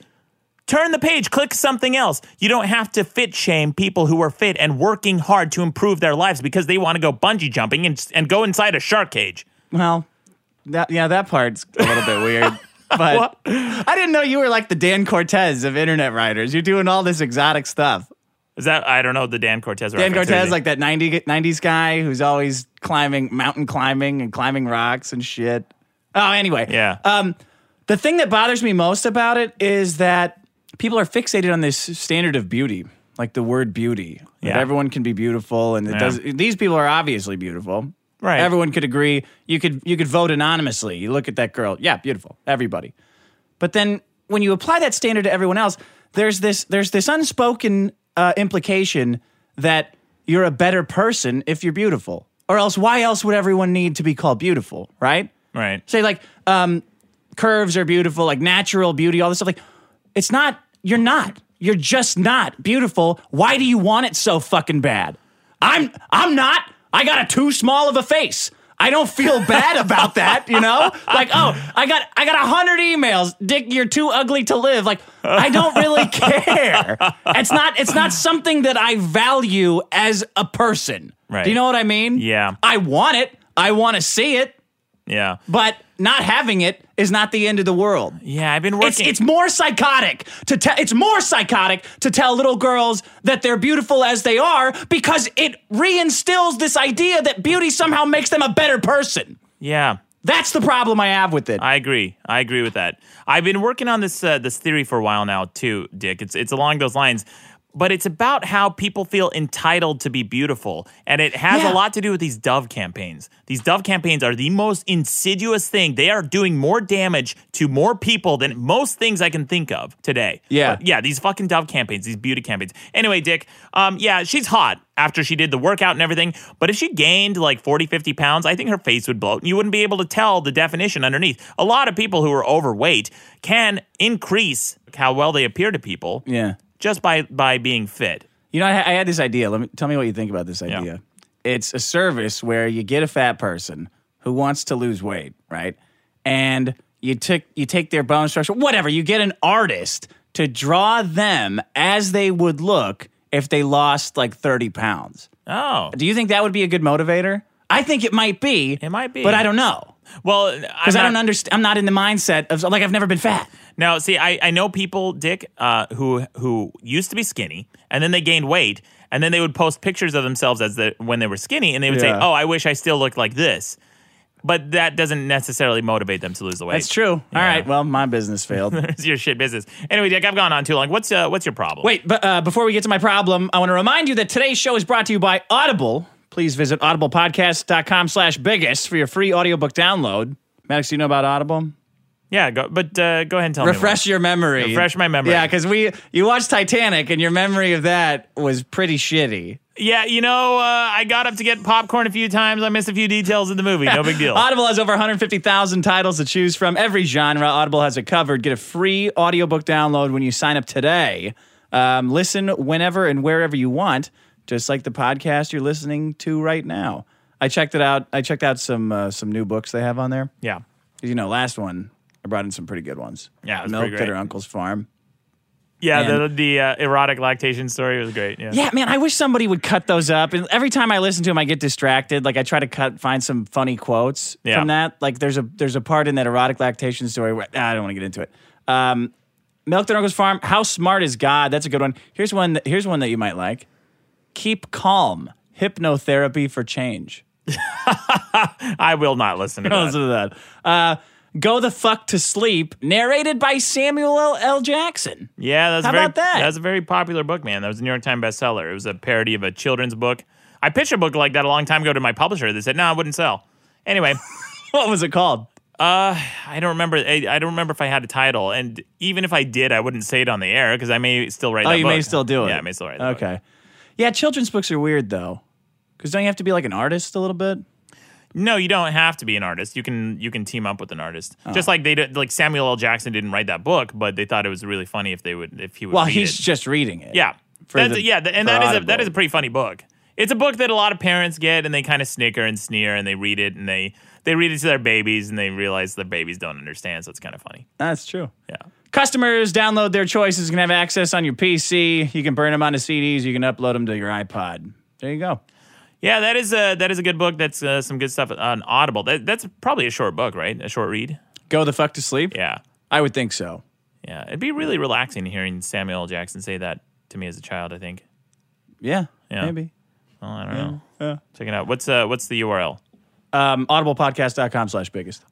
S2: Turn the page, click something else. You don't have to fit shame people who are fit and working hard to improve their lives because they want to go bungee jumping and, and go inside a shark cage.
S1: Well, that yeah, that part's a little bit
S2: (laughs)
S1: weird. But I didn't know you were like the Dan Cortez of internet writers. You're doing all this exotic stuff.
S2: Is that I don't know the Dan Cortez
S1: Dan
S2: reference, is
S1: Cortez,
S2: he?
S1: like that 90, 90s guy who's always climbing, mountain climbing and climbing rocks and shit. Oh, anyway.
S2: Yeah.
S1: Um, the thing that bothers me most about it is that people are fixated on this standard of beauty, like the word beauty. That
S2: Yeah.
S1: everyone can be beautiful, and it
S2: Yeah.
S1: does. These people are obviously beautiful.
S2: Right.
S1: Everyone could agree. You could you could vote anonymously. You look at that girl. Yeah, beautiful. Everybody. But then when you apply that standard to everyone else, there's this there's this unspoken uh, implication that you're a better person if you're beautiful, or else why else would everyone need to be called beautiful, right?
S2: right.
S1: Say like um, curves are beautiful, like natural beauty, all this stuff. Like it's not. You're not. You're just not beautiful. Why do you want it so fucking bad? I'm. I'm not. I got a too small of a face. I don't feel bad about that, you know? Like, oh, I got I got a hundred emails. Dick, you're too ugly to live. Like, I don't really care. It's not it's not something that I value as a person.
S2: Right.
S1: Do you know what I mean?
S2: Yeah.
S1: I want it. I want to see it
S2: Yeah.
S1: but not having it is not the end of the world.
S2: Yeah, I've been working
S1: It's, it's more psychotic to tell it's more psychotic to tell little girls that they're beautiful as they are because it reinstills this idea that beauty somehow makes them a better person.
S2: Yeah.
S1: That's the problem I have with it.
S2: I agree. I agree with that. I've been working on this uh, this theory for a while now too, Dick. It's it's along those lines, but it's about how people feel entitled to be beautiful, and it has
S1: Yeah.
S2: a lot to do with these Dove campaigns. These Dove campaigns are the most insidious thing. They are doing more damage to more people than most things I can think of today.
S1: Yeah.
S2: But yeah. These fucking Dove campaigns, these beauty campaigns. Anyway, Dick. Um, yeah, she's hot after she did the workout and everything. But if she gained like 40, 50 pounds, I think her face would bloat. and You wouldn't be able to tell the definition underneath. A lot of people who are overweight can increase how well they appear to people
S1: yeah.
S2: just by by being fit.
S1: You know, I, I had this idea. Let me tell me what you think about this idea. It's a service where you get a fat person who wants to lose weight, right? And you took you take their bone structure, whatever. You get an artist to draw them as they would look if they lost like thirty pounds.
S2: Oh.
S1: Do you think that would be a good motivator? I think it might be.
S2: It might be.
S1: but I don't know
S2: Well,
S1: because I don't understand. I'm not in the mindset of like I've never been fat.
S2: Now, see, I, I know people, Dick, uh, who who used to be skinny, and then they gained weight, and then they would post pictures of themselves as the when they were skinny, and they would say,
S1: Yeah.
S2: "Oh, I wish I still looked like this," but that doesn't necessarily motivate them to lose the weight.
S1: That's true. All right. Well, my business
S2: (laughs)
S1: failed.
S2: it's your shit business. Anyway, Dick, I've gone on too long. What's uh, what's your problem?
S1: Wait, but uh, before we get to my problem, I want to remind you that today's show is brought to you by Audible. Please visit audiblepodcast.com slash biggest for your free audiobook download. Maddox, do you know about Audible?
S2: yeah, go, but uh, go ahead and tell
S1: Refresh
S2: me.
S1: your memory.
S2: Refresh my memory.
S1: Yeah, because we you watched Titanic and your memory of that was pretty shitty.
S2: Refresh. Yeah, you know, uh, I got up to get popcorn a few times. I missed a few details in the movie. No
S1: (laughs)
S2: big deal.
S1: Audible has over 150,000 titles to choose from. Every genre, Audible has it covered. Get a free audiobook download when you sign up today. Um, listen whenever and wherever you want, just like the podcast you're listening to right now. I checked it out. I checked out some uh, some new books they have on there.
S2: yeah.
S1: 'Cause, You know, last one I brought in some pretty good ones.
S2: Yeah, it was
S1: Milk
S2: pretty
S1: at
S2: great.
S1: her uncle's farm.
S2: Yeah, the,
S1: And-
S2: the uh, erotic lactation story was great. Yeah.
S1: Yeah, man, I wish somebody would cut those up. And every time I listen to them, I get distracted. Like I try to cut, find some funny quotes
S2: Yeah.
S1: from that. Like there's a there's a part in that erotic lactation story where ah, I don't want to get into it. Um, Milk the Uncle's Farm. How smart is God? That's a good one. Here's one. That, here's one that you might like. Keep calm. Hypnotherapy for change.
S2: I will not listen to
S1: Don't (laughs)
S2: that.
S1: listen to that. Uh, Go the Fuck to Sleep, narrated by Samuel L. L. Jackson.
S2: Yeah, that's
S1: How
S2: very,
S1: about that?
S2: That's a very popular book, man. That was a New York Times bestseller. It was a parody of a children's book. I pitched a book like that a long time ago to my publisher. They said, "No, I wouldn't sell."
S1: (laughs)
S2: Anyway,
S1: What was it called?
S2: I don't remember. I, I don't remember if I had a title, and even if I did, I wouldn't say it on the air because I may still write.
S1: Oh,
S2: that
S1: you may
S2: book.
S1: still do it.
S2: Yeah, I may still write. That book.
S1: Okay. Yeah, children's books are weird though, because don't you have to be like an artist a little bit?
S2: No, you don't have to be an artist. You can you can team up with an artist.
S1: Oh.
S2: Just like they did- like Samuel L. Jackson didn't write that book, but they thought it was really funny if they would if he would.
S1: Well,
S2: read
S1: he's
S2: it.
S1: just reading it.
S2: Yeah.
S1: For
S2: That's-
S1: the-
S2: yeah, th- and
S1: for
S2: that is a
S1: Audible.
S2: that is a pretty funny book. It's a book that a lot of parents get and they kind of snicker and sneer and they read it and they they read it to their babies and they realize their babies don't understand, so it's kind of funny.
S1: that's true.
S2: Yeah.
S1: Customers download their choices can have access on your PC. You can burn them onto CDs. You can upload them to your iPod. There you go.
S2: Yeah, that is a that is a good book. That's uh, some good stuff on Audible. That, that's probably a short book, right? A short read.
S1: Go the fuck to sleep.
S2: Yeah.
S1: I would think so.
S2: Yeah. It'd be really relaxing hearing Samuel L. Jackson say that to me as a child, I think.
S1: Yeah,
S2: Yeah.
S1: maybe.
S2: Oh, I don't know. Check it out. What's uh what's the URL?
S1: Um, audiblepodcast.com slash biggest.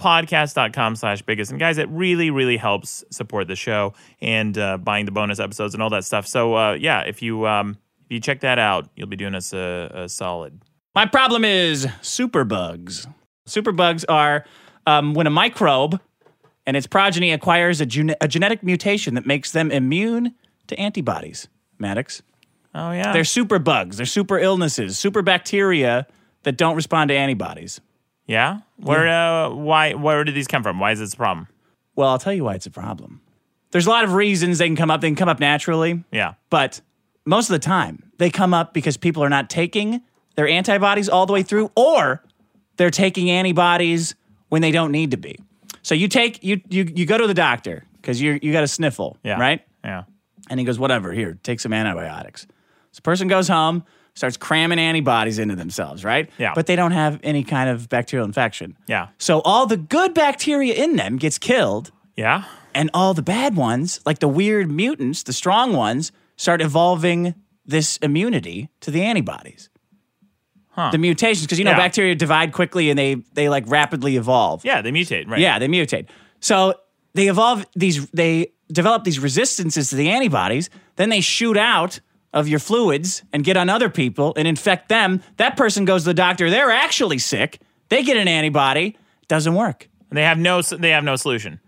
S2: audiblepodcast.com slash biggest and guys it really really helps support the show and uh, buying the bonus episodes and all that stuff so uh, yeah if you um, if you check that out you'll be doing us a, a solid
S1: My problem is superbugs. Superbugs are um, when a microbe and its progeny acquires a, gene- a genetic mutation that makes them immune to antibodies. Maddox.
S2: oh yeah
S1: They're superbugs. They're super illnesses, super bacteria that don't respond to antibodies.
S2: yeah where uh, why where did these come from why is this a problem
S1: Well, I'll tell you why it's a problem. There's a lot of reasons they can come up. They can come up naturally,
S2: yeah
S1: but most of the time they come up because people are not taking their antibodies all the way through or they're taking antibodies when they don't need to be. So you take you you you go to the doctor cuz you you got a sniffle,
S2: yeah
S1: right?
S2: yeah
S1: And he goes, "Whatever, here, take some antibiotics." So the person goes home, starts cramming antibodies into themselves, right?
S2: Yeah.
S1: But they don't have any kind of bacterial infection.
S2: Yeah.
S1: So all the good bacteria in them gets killed
S2: yeah
S1: and all the bad ones, like the weird mutants, the strong ones, start evolving this immunity to the antibodies. The mutations, because you know
S2: Yeah.
S1: bacteria divide quickly and they they like rapidly evolve.
S2: yeah they mutate right
S1: Yeah, they mutate. So they evolve these they develop these resistances to the antibodies, then they shoot out of your fluids and get on other people and infect them. That person goes to the doctor, they're actually sick. They get an antibody, doesn't work
S2: they have no s- they have no solution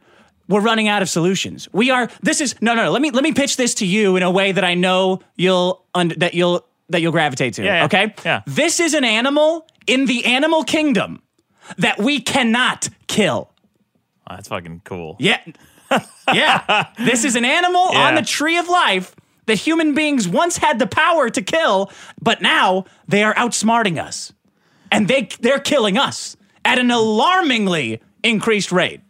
S1: we're running out of solutions. We are. This is no, no, no. Let me let me pitch this to you in a way that I know you'll un, that you'll that you'll gravitate to.
S2: Yeah, yeah,
S1: okay.
S2: yeah.
S1: This is an animal in the animal kingdom that we cannot kill.
S2: oh, that's fucking cool
S1: Yeah. (laughs) yeah. This is an animal
S2: Yeah.
S1: on the tree of life that human beings once had the power to kill, but now they are outsmarting us. And they they're killing us at an alarmingly increased rate.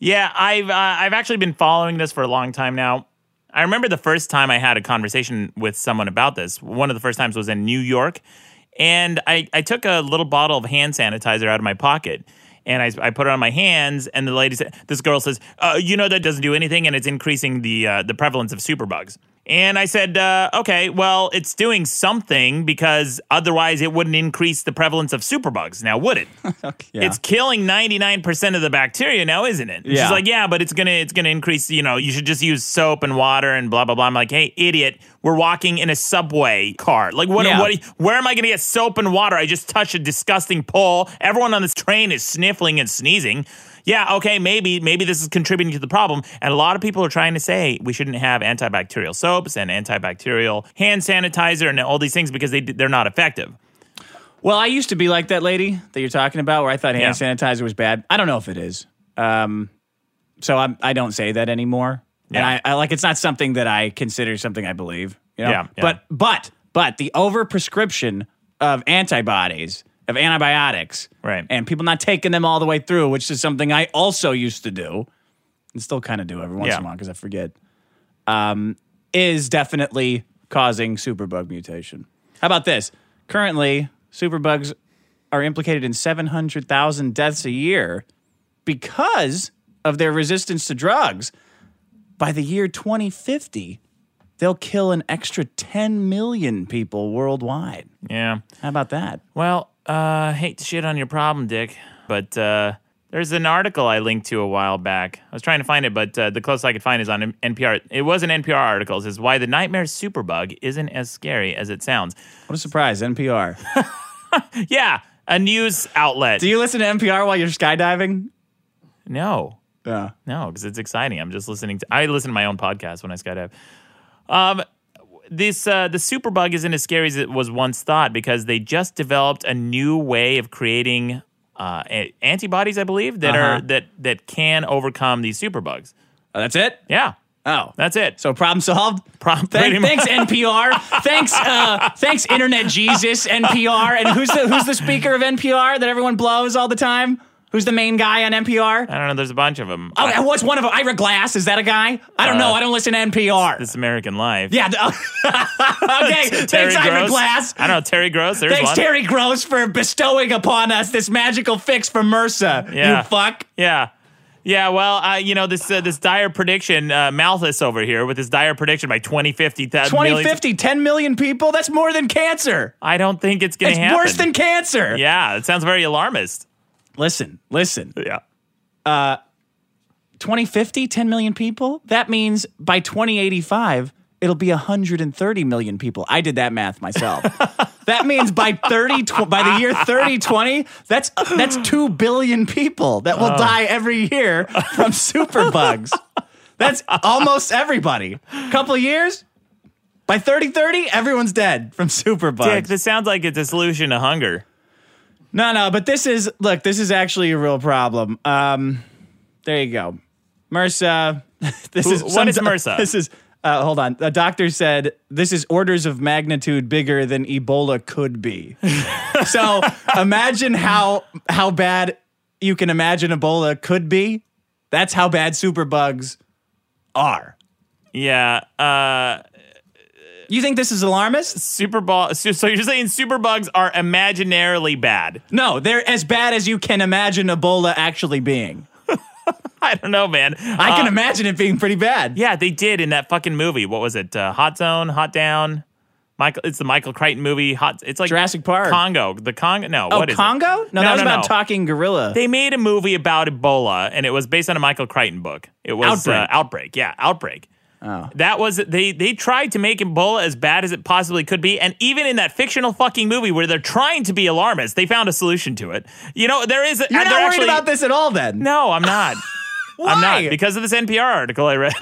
S2: Yeah, I've uh, I've actually been following this for a long time now. I remember the first time I had a conversation with someone about this. One of the first times was in New York, and I, I took a little bottle of hand sanitizer out of my pocket and I, I put it on my hands. And the lady said, "This girl says, uh, you know that doesn't do anything, and it's increasing the uh, the prevalence of superbugs." And I said, uh, "Okay, well, it's doing something because otherwise it wouldn't increase the prevalence of superbugs. Now, would it?"
S1: Yeah.
S2: it's killing 99% of the bacteria now isn't it And
S1: Yeah.
S2: she's like yeah but it's gonna it's gonna increase you know you should just use soap and water and blah blah blah i'm like hey idiot we're walking in a subway car like what,
S1: Yeah.
S2: what where am i gonna get soap and water i just touched a disgusting pole everyone on this train is sniffling and sneezing yeah okay maybe maybe this is contributing to the problem and a lot of people are trying to say we shouldn't have antibacterial soaps and antibacterial hand sanitizer and all these things because they they're not effective
S1: Well, I used to be like that lady that you're talking about, where I thought hand
S2: Yeah.
S1: sanitizer was bad. I don't know if it is. Um, so I'm, I don't say that anymore. And
S2: Yeah.
S1: I, I like it's not something that I consider something I believe. You know?
S2: Yeah, yeah.
S1: But but but the overprescription of antibodies of antibiotics,
S2: Right.
S1: And people not taking them all the way through, which is something I also used to do, and still kind of do every once
S2: Yeah.
S1: in a while because I forget. Um, is definitely causing superbug mutation. How about this? Currently, superbugs are implicated in 700,000 deaths a year because of their resistance to drugs. By the year 2050, they'll kill an extra 10 million people worldwide.
S2: yeah
S1: How about that?
S2: Well, uh, hate to shit on your problem, Dick, but uh, There's an article I linked to a while back. I was trying to find it, but uh, the closest I could find is on N- NPR. It was an NPR article. It says why the nightmare superbug isn't as scary as it sounds.
S1: What a surprise, NPR.
S2: Yeah, a news outlet.
S1: Do you listen to NPR while you're skydiving?
S2: no,
S1: Yeah.
S2: no, because it's exciting. I'm just listening to. I listen to my own podcast when I skydive. Um, this uh, the superbug isn't as scary as it was once thought because they just developed a new way of creating uh, a- antibodies, I believe, that are
S1: Uh-huh.
S2: that that can overcome these superbugs.
S1: Oh, that's it?
S2: Yeah,
S1: Oh.
S2: that's it.
S1: so problem solved.
S2: Problem-
S1: Thank-
S2: pretty much.
S1: thanks NPR. thanks, uh, thanks Internet Jesus NPR. And who's the who's the speaker of NPR that everyone blows all the time? Who's the main guy on NPR?
S2: I don't know. There's a bunch of them.
S1: Oh, and what's one of them? Ira Glass is that a guy? I
S2: Uh,
S1: don't know. I don't listen to NPR.
S2: This American Life.
S1: yeah. th- (laughs) okay.
S2: Terry
S1: thanks Ira
S2: Gross.
S1: Glass.
S2: I don't know Terry Gross. There's
S1: Thanks
S2: one.
S1: Terry Gross for bestowing upon us this magical fix for MRSA.
S2: Yeah.
S1: You fuck.
S2: Yeah. Yeah, well, uh, you know this uh, this dire prediction, uh, Malthus over here with his dire prediction by 2050. that millions-
S1: 2050, 10 million people. That's more than cancer.
S2: I don't think it's going
S1: It's
S2: to happen.
S1: worse than cancer.
S2: Yeah, it sounds very alarmist.
S1: Listen, listen.
S2: Yeah.
S1: 2050, 10 million people. That means by 2085, it'll be 130 million people. I did that math myself. that means by 30 tw- by the year 3020, that's that's 2 billion people that will die every year from superbugs. that's almost everybody. Couple of years by 3030, everyone's dead from
S2: Dick,
S1: superbugs.
S2: this sounds like it's a solution to hunger.
S1: No, no, but this is look, this is actually a real problem. Um, there you go, MRSA. (laughs) This
S2: Who-
S1: is
S2: what
S1: some-
S2: is
S1: (laughs)
S2: MRSA?
S1: This is uh, hold on. A doctor said this is orders of magnitude bigger than Ebola could be. (laughs) so imagine how how bad you can imagine Ebola could be. That's how bad superbugs are.
S2: Yeah. Uh,
S1: You think this is alarmist?
S2: super ball. So so you're saying superbugs are imaginarily bad? (laughs)
S1: No, they're as bad as you can imagine Ebola actually being.
S2: I don't know, man.
S1: I can
S2: Uh,
S1: imagine it being pretty bad.
S2: Yeah, they did in that fucking movie. What was it? Uh, Hot Zone, Hot Down. Michael, it's the Michael Crichton movie. Hot. It's like
S1: Jurassic Park.
S2: Congo. The Congo. No.
S1: Oh,
S2: what is it?
S1: Congo? No,
S2: No,
S1: that was
S2: no,
S1: about
S2: no.
S1: talking gorilla.
S2: They made a movie about Ebola, and it was based on a Michael Crichton book. It was
S1: Outbreak. Oh.
S2: Uh, outbreak. Yeah, outbreak. That was they. They tried to make Ebola as bad as it possibly could be, and even in that fictional fucking movie where they're trying to be alarmist, they found a solution to it. You know, there is.
S1: You're not worried about this at all, then.
S2: No, I'm not.
S1: (laughs) Why?
S2: I'm not because of this NPR article I read.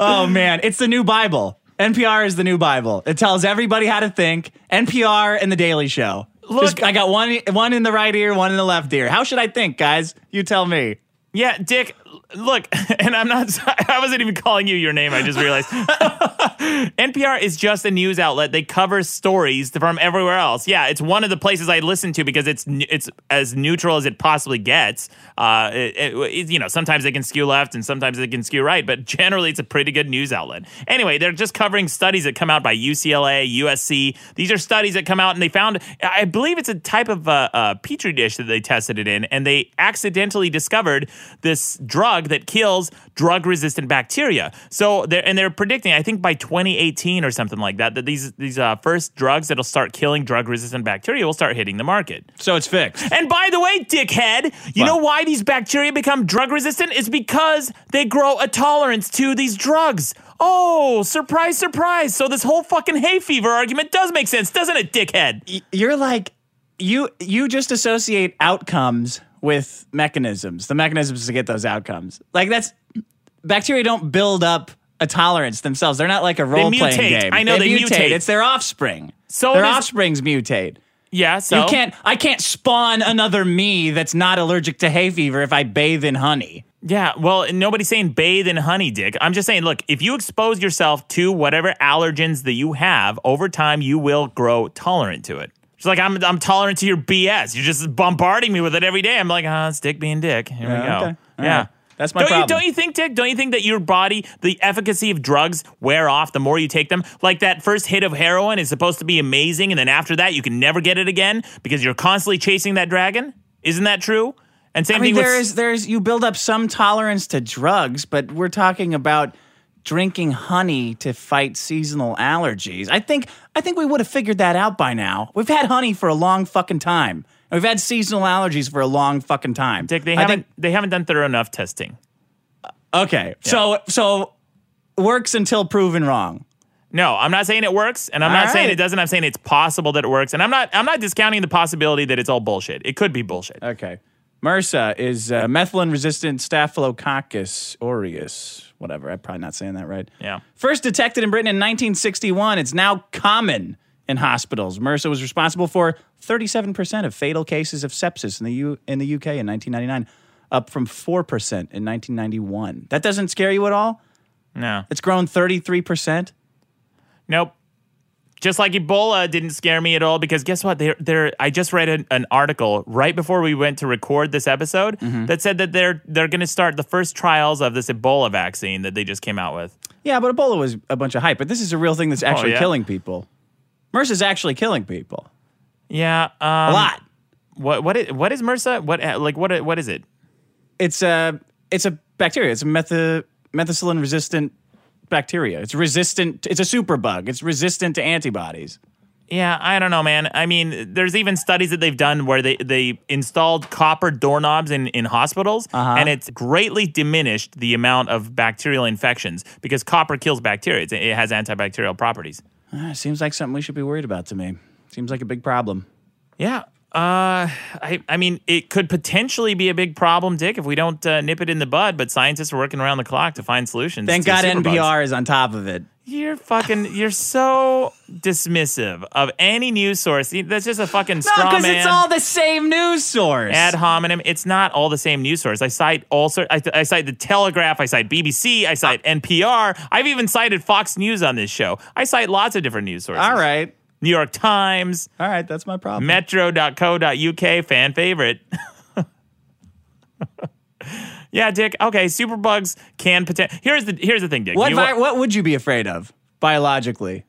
S1: oh man, it's the new Bible. NPR is the new Bible. It tells everybody how to think. NPR and the Daily Show.
S2: Look-
S1: Just- I got one one in the right ear, one in the left ear. How should I think, guys? You tell me.
S2: Yeah, Dick. Look, (laughs) and I'm not. I wasn't even calling you your name. I just realized. (laughs) NPR is just a news outlet. They cover stories from everywhere else. Yeah, it's one of the places I listen to because it's n- it's as neutral as it possibly gets. Uh, it- it- it- you know, sometimes they can skew left and sometimes they can skew right, but (laughs) generally it's a pretty good news outlet. Anyway, they're just covering studies that come out by UCLA, USC. These are studies that come out and they found, I believe it's a type of uh, uh, petri dish that they tested it in, and they accidentally discovered this drug that kills drug resistant bacteria. So they're and they're predicting, I think by 2018 or something like that, that these these uh, first drugs that'll start killing drug resistant bacteria will start hitting the market.
S1: So it's fixed.
S2: And by the way, dickhead, you
S1: What?
S2: know why these bacteria become drug resistant? It's because they grow a tolerance to these drugs. Oh, surprise, surprise. So this whole fucking hay fever argument does make sense, doesn't it, dickhead?
S1: You're like you you just associate outcomes with mechanisms. The mechanisms to get those outcomes. Like that's bacteria don't build up a tolerance themselves. They're not like a role playing
S2: mutate.
S1: game.
S2: I know they mutate.
S1: It's their offspring.
S2: So
S1: their
S2: does-
S1: offsprings mutate.
S2: Yeah, so.
S1: You can't. I can't spawn another me that's not allergic to hay fever if I bathe in honey.
S2: Yeah, well, nobody's saying bathe in honey, Dick. I'm just saying, look, if you expose yourself to whatever allergens that you have, over time you will grow tolerant to it. She's like, I'm, I'm tolerant to your BS. You're just bombarding me with it every day. I'm like, ah, it's Dick being Dick. Here we
S1: Yeah,
S2: go.
S1: okay. All
S2: Yeah.
S1: right. That's my
S2: don't You,
S1: problem.
S2: don't you think, Dick? Don't you think that your body, the efficacy of drugs wear off the more you take them? Like that first hit of heroin is supposed to be amazing, and then after that, you can never get it again because you're constantly chasing that dragon? Isn't that true? And same
S1: I mean,
S2: thing with
S1: there is there's you build up some tolerance to drugs, but we're talking about drinking honey to fight seasonal allergies. I think I think we would have figured that out by now. We've had honey for a long fucking time, and We've had seasonal allergies for a long fucking time.
S2: Dick, they
S1: I
S2: haven't
S1: think-
S2: they haven't done thorough enough testing.
S1: okay, so so works until proven wrong.
S2: No, I'm not saying it works, and I'm not
S1: All
S2: saying
S1: right.
S2: it doesn't. I'm saying it's possible that it works, and I'm not. I'm not discounting the possibility that it's all bullshit. It could be bullshit.
S1: Okay. MRSA is uh, methylene resistant Staphylococcus aureus. Whatever, I'm probably not saying that right.
S2: Yeah.
S1: First detected in Britain in 1961, it's now common in hospitals. MRSA was responsible for 37% of fatal cases of sepsis in the, U- in the UK in 1999, up from 4% in 1991. That doesn't scare you at all?
S2: No,
S1: It's grown 33%.
S2: nope. Just like Ebola didn't scare me at all because guess what? They're, they're, I just read an, an article right before we went to record this episode
S1: Mm-hmm.
S2: that said that they're they're going to start the first trials of this Ebola vaccine that they just came out with.
S1: Yeah, but Ebola was a bunch of hype, but this is a real thing that's actually
S2: Oh, yeah.
S1: killing people. MRSA's actually killing people.
S2: Yeah, um,
S1: A lot.
S2: What what is, what is MRSA? What like what what is it?
S1: it's a it's a bacteria. It's a metha, methicillin resistant bacteria. It's resistant. It's a superbug. It's resistant to antibodies.
S2: Yeah, I don't know, man. I mean, there's even studies that they've done where they, they installed copper doorknobs in, in hospitals, and it's greatly diminished the amount of bacterial infections because copper kills bacteria. It's, it has antibacterial properties.
S1: Ah, seems like something we should be worried about to me. Seems like a big problem.
S2: Yeah. Uh, I, I mean, it could potentially be a big problem, Dick, if we don't uh, nip it in the bud, but scientists are working around the clock to find solutions.
S1: Thank
S2: to
S1: God
S2: superbugs.
S1: NPR is on top of it.
S2: You're fucking, you're so dismissive of any news source. That's just a fucking straw
S1: No, because
S2: man.
S1: it's all the same news source.
S2: ad hominem. It's not all the same news source. I cite all sort. I, I cite the Telegraph. I cite BBC. I cite NPR. I've even cited Fox News on this show. I cite lots of different news sources.
S1: all right,
S2: New York Times,
S1: all right. That's my problem.
S2: Metro.co.uk, fan favorite. (laughs) yeah, Dick. Okay, superbugs can potential. Here's the here's the thing, Dick.
S1: what
S2: You-
S1: vi- what would you be afraid of biologically?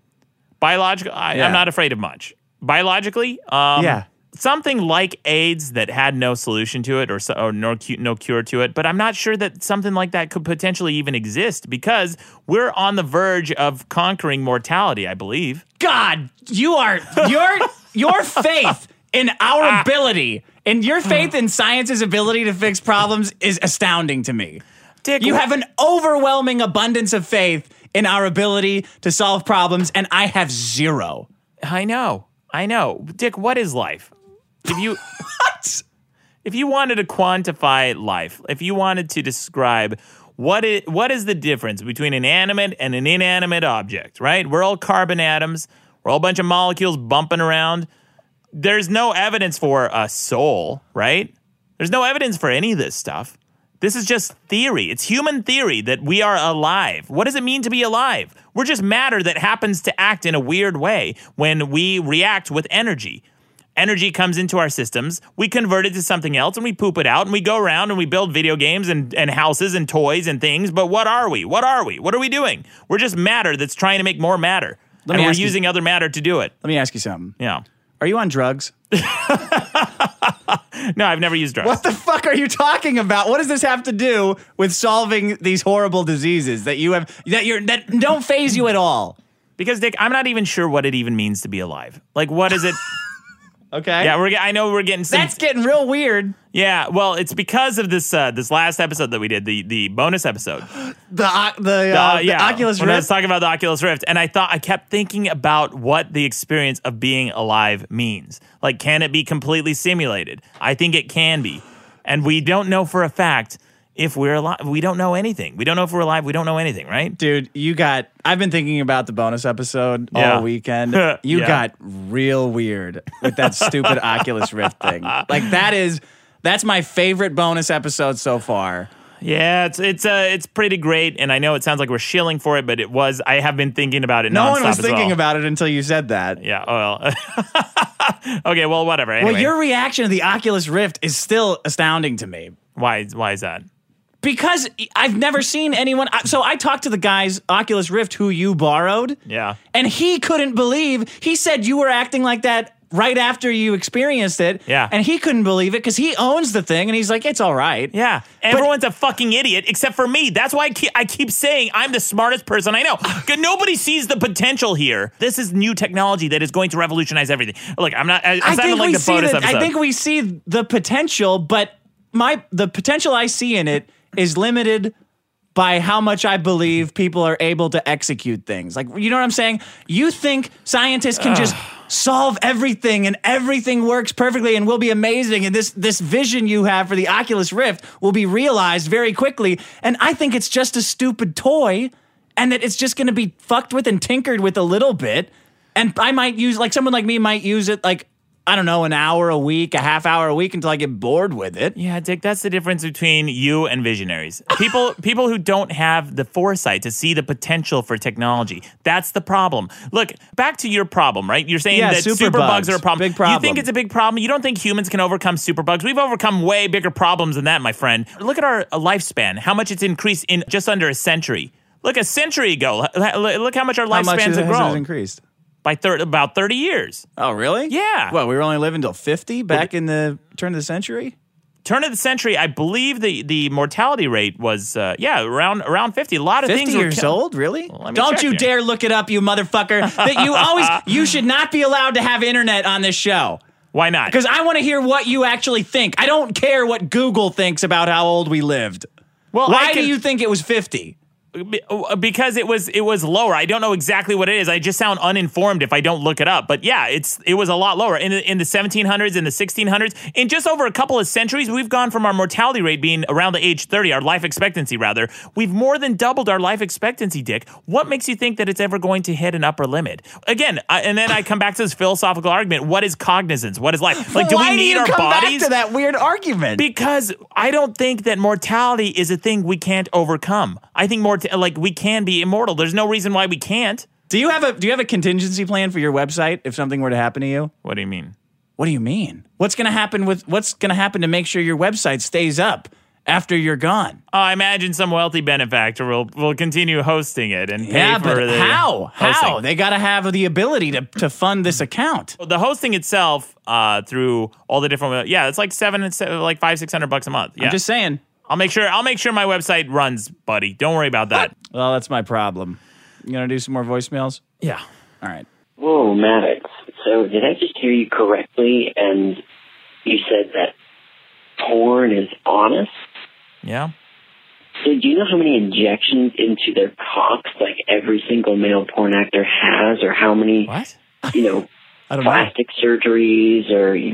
S2: biological I,
S1: Yeah.
S2: i'm not afraid of much biologically um,
S1: Yeah.
S2: something like aids that had no solution to it or, so, or no, cu- no cure to it but i'm not sure that something like that could potentially even exist because we're on the verge of conquering mortality i believe
S1: God, you are your your faith in our ability and your faith in science's ability to fix problems is astounding to me.
S2: dick
S1: You have an overwhelming abundance of faith in our ability to solve problems, and I have zero.
S2: i know i know dick what is life if you if you wanted to quantify life, if you wanted to describe what is, what is the difference between an animate and an inanimate object, right? We're all carbon atoms, we're all a bunch of molecules bumping around. There's no evidence for a soul, right? There's no evidence for any of this stuff. This is just theory. It's human theory that we are alive. What does it mean to be alive? We're just matter that happens to act in a weird way when we react with energy. Energy comes into our systems, we convert it to something else, and we poop it out, and we go around and we build video games and, and houses and toys and things. But what are we? What are we? What are we doing? We're just matter that's trying to make more matter.
S1: me
S2: and we're
S1: ask you-
S2: using other matter to do it.
S1: Let me ask you something.
S2: Yeah.
S1: Are you on drugs?
S2: No, I've never used drugs.
S1: What the fuck are you talking about? What does this have to do with solving these horrible diseases that you have that you're that don't phase you at all?
S2: Because Dick, I'm not even sure what it even means to be alive. Like, what is it?
S1: (laughs) Okay.
S2: yeah, we're. ge- I know we're getting. Some,
S1: That's getting real weird.
S2: yeah. Well, it's because of this uh, this last episode that we did, the the bonus episode.
S1: The oc- the,
S2: Uh,
S1: uh, the Oculus
S2: when I was
S1: Rift.
S2: talking about the Oculus Rift, and I thought I kept thinking about what the experience of being alive means. Like, can it be completely simulated? I think it can be, and we don't know for a fact if we're alive. We don't know anything. We don't know if we're alive. We don't know anything, right?
S1: Dude, you got. I've been thinking about the bonus episode
S2: Yeah.
S1: all (laughs) weekend. You
S2: Yeah.
S1: got real weird with that (laughs) stupid Oculus Rift thing. Like that is that's my favorite bonus episode so far.
S2: Yeah, it's it's uh, it's pretty great, and I know it sounds like we're shilling for it, but it was. I have been thinking about it.
S1: No one
S2: nonstop
S1: was
S2: as
S1: thinking
S2: well.
S1: about it until you said that.
S2: Yeah. oh, Well. (laughs) okay. Well, whatever. Anyway,
S1: Well, your reaction to the Oculus Rift is still astounding to me.
S2: why why is that?
S1: because I've never seen anyone. I- So I talked to the guy's Oculus Rift who you borrowed.
S2: Yeah.
S1: And he couldn't believe. He said you were acting like that right after you experienced it.
S2: Yeah.
S1: And he couldn't believe it because he owns the thing and he's like, it's all right.
S2: Yeah, everyone's a fucking idiot except for me. That's why I keep, I keep saying I'm the smartest person I know. 'Cause Nobody sees the potential here. This is new technology that is going to revolutionize everything. Look, I'm not. I, I,
S1: I
S2: sounded
S1: think
S2: like
S1: we
S2: the
S1: see
S2: bonus
S1: the,
S2: episode.
S1: I think we see the potential, but my the potential I see in it is limited by how much I believe people are able to execute things. Like you know what I'm saying? You think scientists can just solve everything and everything works perfectly and will be amazing and this this vision you have for the Oculus Rift will be realized very quickly and I think it's just a stupid toy and that it's just going to be fucked with and tinkered with a little bit and I might use like someone like me might use it like I don't know an hour a week, a half hour a week until I get bored with it.
S2: Yeah, Dick, that's the difference between you and visionaries.
S1: (laughs)
S2: People people who don't have the foresight to see the potential for technology. That's the problem. Look, back to your problem, right? You're saying
S1: Yeah,
S2: that
S1: superbugs.
S2: superbugs are a problem.
S1: Big
S2: You think
S1: problem.
S2: it's a big problem? You don't think humans can overcome superbugs? We've overcome way bigger problems than that, my friend. Look at our uh, lifespan, how much it's increased in just under a century. Look, a century ago, l- l- look how much our
S1: How much
S2: lifespans
S1: has
S2: have
S1: it
S2: grown
S1: increased?
S2: by thir- about 30 years.
S1: Oh, really?
S2: Yeah.
S1: Well, we were only living till 50 back in the turn of the century.
S2: turn of the century, I believe the, the mortality rate was uh, yeah around around fifty. A lot of
S1: 50
S2: things were
S1: years
S2: kill-
S1: old, really?
S2: let me
S1: Don't
S2: check
S1: you
S2: here.
S1: dare look it up, you motherfucker. That you always you should not be allowed to have internet on this show.
S2: Why not?
S1: Because I want to hear what you actually think. I don't care what Google thinks about how old we lived.
S2: well,
S1: Why
S2: I can-
S1: do you think it was 50?
S2: be- because it was it was lower. I don't know exactly what it is. I just sound uninformed if I don't look it up. But yeah, it's it was a lot lower in the, in the 1700s, in the 1600s, in just over a couple of centuries. We've gone from our mortality rate being around the age 30, our life expectancy rather. We've more than doubled our life expectancy, Dick. What makes you think that it's ever going to hit an upper limit? Again, I, and then I come back to this philosophical argument: What is cognizance? What is life? Like, do
S1: Why
S2: we need
S1: you
S2: our
S1: come
S2: bodies?
S1: back to that weird argument?
S2: Because I don't think that mortality is a thing we can't overcome. I think mort- like we can be immortal. There's no reason why we can't.
S1: Do you have a do you have a contingency plan for your website if something were to happen to you?
S2: What do you mean?
S1: What do you mean? What's going to happen with what's going to happen to make sure your website stays up after you're gone?
S2: I imagine some wealthy benefactor will will continue hosting it and pay
S1: yeah,
S2: for
S1: but
S2: the
S1: how?
S2: hosting. Mm.
S1: How? They got to have the ability to to fund this account.
S2: the hosting itself uh, through all the different yeah, it's like seven and seven, like five six hundred bucks a month. Yeah,
S1: I'm just saying.
S2: I'll make sure I'll make sure my website runs, buddy. Don't worry about that.
S1: Well, that's my problem. You going to do some more voicemails?
S2: Yeah.
S1: All right.
S6: Whoa, Maddox. So did I just hear you correctly and you said that porn is honest?
S2: Yeah.
S6: So do you know how many injections into their cocks like every single male porn actor has or how many,
S2: What?
S6: you know,
S1: I don't know.
S6: plastic surgeries or you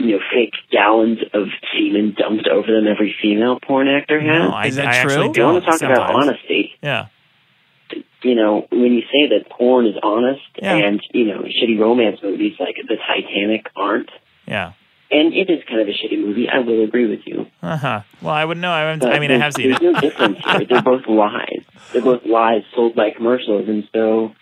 S6: know, fake gallons of semen dumped over them every female porn actor has?
S2: No, I,
S1: Is that
S2: I actually
S1: true?
S6: you
S2: don't
S6: want to talk about
S2: sometimes.
S6: honesty?
S2: Yeah.
S6: you know, when you say that porn is honest
S2: Yeah.
S6: and, you know, shitty romance movies like The Titanic aren't,
S2: Yeah.
S6: and it is kind of a shitty movie, I will agree with you.
S2: Uh huh. Well, I would know. I, haven't,
S6: But
S2: I mean, I
S6: there's,
S2: have seen it.
S6: There's no difference
S2: (laughs)
S6: here. They're both lies. They're both lies sold by commercials, and so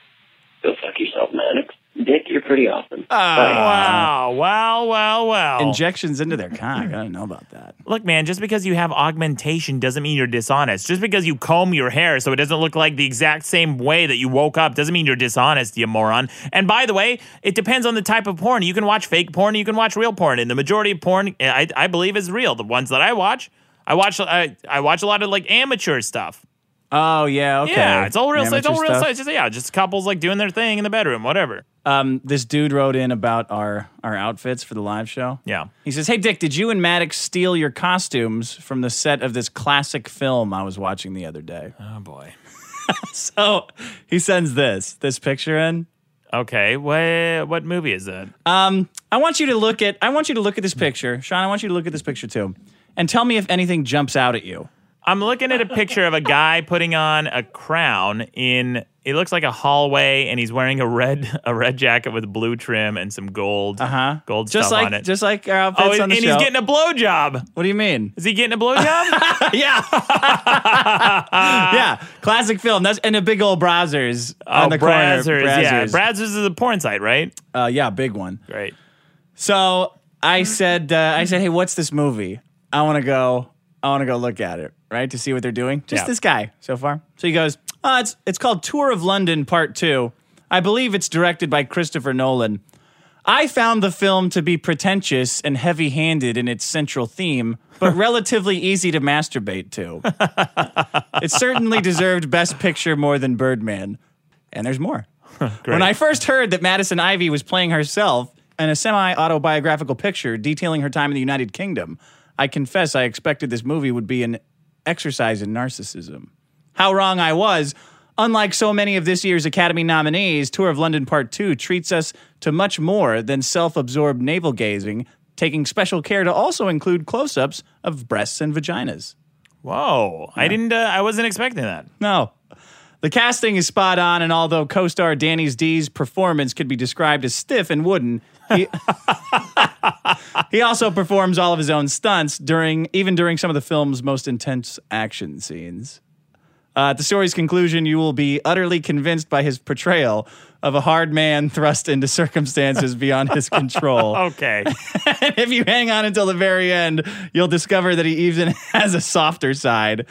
S6: go fuck yourself, Maddox. Dick, you're pretty awesome.
S2: Ah, Wow! Wow! Wow! Wow!
S1: Injections into their cock. I don't know about that.
S2: Look, man, just because you have augmentation doesn't mean you're dishonest. Just because you comb your hair so it doesn't look like the exact same way that you woke up doesn't mean you're dishonest, you moron. And by the way, it depends on the type of porn. You can watch fake porn, you can watch real porn, and the majority of porn eh, I, I believe is real. The ones that I watch, I watch, I, I watch a lot of like amateur stuff.
S1: Oh yeah, okay.
S2: Yeah, it's all real. It's all
S1: Amateur
S2: real.
S1: stuff.
S2: It's just, yeah, just couples like doing their thing in the bedroom, whatever.
S1: um, this dude wrote in about our our outfits for the live show.
S2: Yeah.
S1: He says, "Hey Dick, did you and Maddox steal your costumes from the set of this classic film I was watching the other day?"
S2: Oh boy.
S1: (laughs) So he sends this this picture in.
S2: Okay, what what movie is that?
S1: Um, I want you to look at I want you to look at this picture, Sean. I want you to look at this picture too, and tell me if anything jumps out at you.
S2: I'm looking at a picture of a guy putting on a crown in it looks like a hallway and he's wearing a red a red jacket with blue trim and some gold
S1: Uh-huh.
S2: gold
S1: Just
S2: stuff
S1: like
S2: on it.
S1: just like our outfits
S2: oh, and,
S1: on the
S2: and
S1: show.
S2: he's getting a blowjob.
S1: what do you
S2: (laughs)
S1: mean?
S2: Is he getting a blowjob?
S1: yeah, yeah. Classic film. That's and the big old browsers (laughs) on the
S2: Oh, Brazzers.
S1: corner.
S2: Yeah,
S1: Brazzers.
S2: Brazzers is a porn site, right?
S1: uh, yeah, big one.
S2: Great.
S1: So I said, uh, I said, hey, what's this movie? I want to go, I want to go look at it, right, to see what they're doing. Just
S2: Yeah.
S1: this guy so far. So he goes, oh, it's it's called Tour of London Part Two. I believe it's directed by Christopher Nolan. I found the film to be pretentious and heavy handed in its central theme, (laughs) but relatively easy to masturbate to. it certainly deserved Best Picture more than Birdman. And there's more. when I first heard that Madison Ivy was playing herself in a semi autobiographical picture detailing her time in the United Kingdom, I confess I expected this movie would be an exercise in narcissism. How wrong I was. Unlike so many of this year's Academy nominees, Tour of London Part 2 treats us to much more than self absorbed navel gazing, taking special care to also include close ups of breasts and vaginas.
S2: Whoa! I didn't. Uh, I wasn't expecting that.
S1: No. The casting is spot on, and although co star Danny's D's performance could be described as stiff and wooden, he, (laughs) he also performs all of his own stunts during even during some of the film's most intense action scenes. Uh, at the story's conclusion, you will be utterly convinced by his portrayal of a hard man thrust into circumstances beyond his
S2: (laughs)
S1: control. (laughs)
S2: Okay.
S1: And if you hang on until the very end, you'll discover that he even (laughs) has a softer side.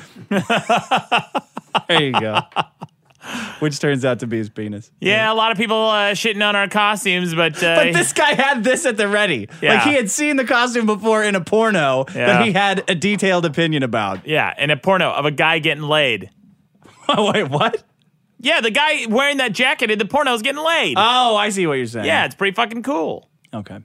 S1: there you go. (laughs) Which turns out to be his penis.
S2: Yeah, a lot of people uh, shitting on our costumes, but, uh,
S1: But this guy had this at the ready. Like
S2: Yeah.
S1: he had seen the costume before in a porno that
S2: Yeah.
S1: he had a detailed opinion (laughs) about.
S2: yeah, in a porno of a guy getting laid.
S1: Oh, Wait, what?
S2: Yeah, the guy wearing that jacket in the porno is getting laid.
S1: Oh, I see what you're saying.
S2: yeah, it's pretty fucking cool.
S1: Okay.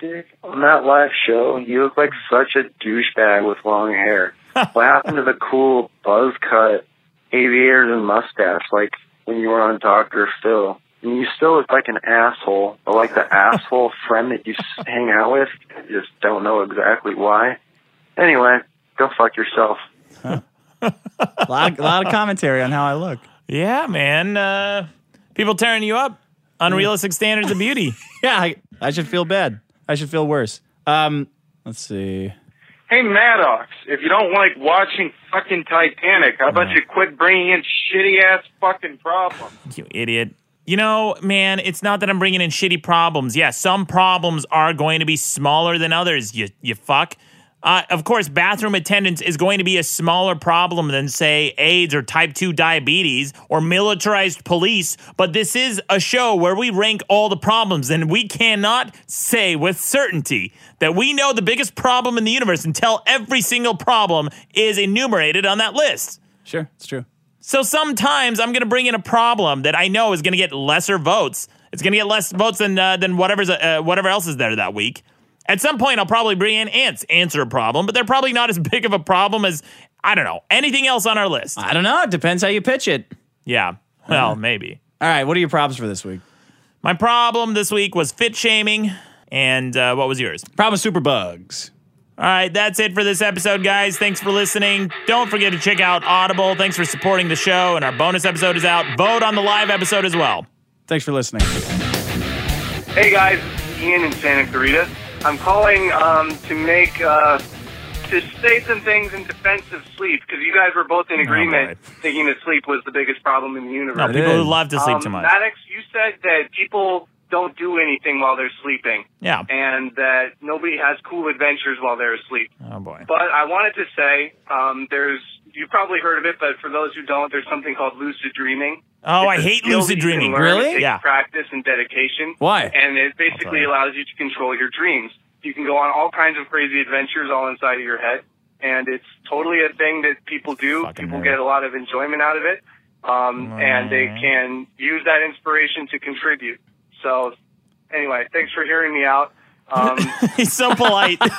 S6: Dick, on that live show, you look like such a douchebag with long hair. what happened to the cool buzz cut, aviators and mustache, like when you were on Dr. Phil? And you still look like an asshole, but like the asshole friend that you s- hang out with. I just don't know exactly why. Anyway, go fuck yourself.
S1: A lot, a lot of commentary on how I look.
S2: Yeah, man. Uh, people tearing you up. Unrealistic standards of beauty.
S1: (laughs) Yeah, I, I should feel bad. I should feel worse. Um, let's see.
S5: Hey, Maddox, if you don't like watching fucking Titanic, how about you quit bringing in shitty ass fucking problems?
S2: you idiot. You know, man, it's not that I'm bringing in shitty problems. Yeah, some problems are going to be smaller than others. You you fuck. Uh, of course, bathroom attendance is going to be a smaller problem than, say, AIDS or type 2 diabetes or militarized police. But this is a show where we rank all the problems, and we cannot say with certainty that we know the biggest problem in the universe until every single problem Um, is enumerated on that list.
S1: Sure, it's true.
S2: So sometimes I'm going to bring in a problem that I know is going to get lesser votes. It's going to get less votes than uh, than whatever's uh, whatever else is there that week. At some point, I'll probably bring in ants answer a problem, but they're probably not as (laughs) big of a problem as I don't know anything else on our list.
S1: I don't know. It depends how you pitch it.
S2: Yeah, well, maybe.
S1: All right, what are your problems for this week?
S2: My problem this week was fit shaming, and uh, what was yours?
S1: Problem with superbugs.
S2: All right, that's it for this episode, guys. Thanks for listening. Don't forget to check out Audible. Thanks for supporting the show, and our bonus episode is out. Vote on the live episode as well.
S1: Thanks for listening.
S5: Hey guys, this is Ian in Santa Clarita. I'm calling um, to make uh, to say some things in defense of sleep because you guys were both in agreement thinking that sleep was the biggest problem in the
S2: No,
S5: universe.
S2: Oh, people who
S1: is.
S2: love to sleep
S5: um,
S2: too much.
S5: Maddox, you said that people don't do anything while they're sleeping,
S2: Yeah.
S5: and that nobody has cool adventures while they're asleep.
S2: Oh boy.
S5: But I wanted to say um, there's you've probably heard of it, but for those who don't, there's something called lucid dreaming.
S2: Oh, I
S5: It's a
S2: hate
S5: skill that
S2: lucid
S5: you can
S2: dreaming. (laughs)
S5: learn.
S1: Really?
S5: It takes
S2: Yeah.
S5: Practice and dedication.
S1: Why?
S5: And it basically
S2: Okay.
S5: allows you to control your dreams. You can go on all kinds of crazy adventures all inside of your head, and it's totally a thing that people do.
S2: Fucking
S5: people
S2: nerd.
S5: get a lot of enjoyment out of it, um, and they can use that inspiration to contribute. So, anyway, thanks for hearing me out.
S2: (laughs)
S5: Um,
S2: He's so polite.
S5: Dick,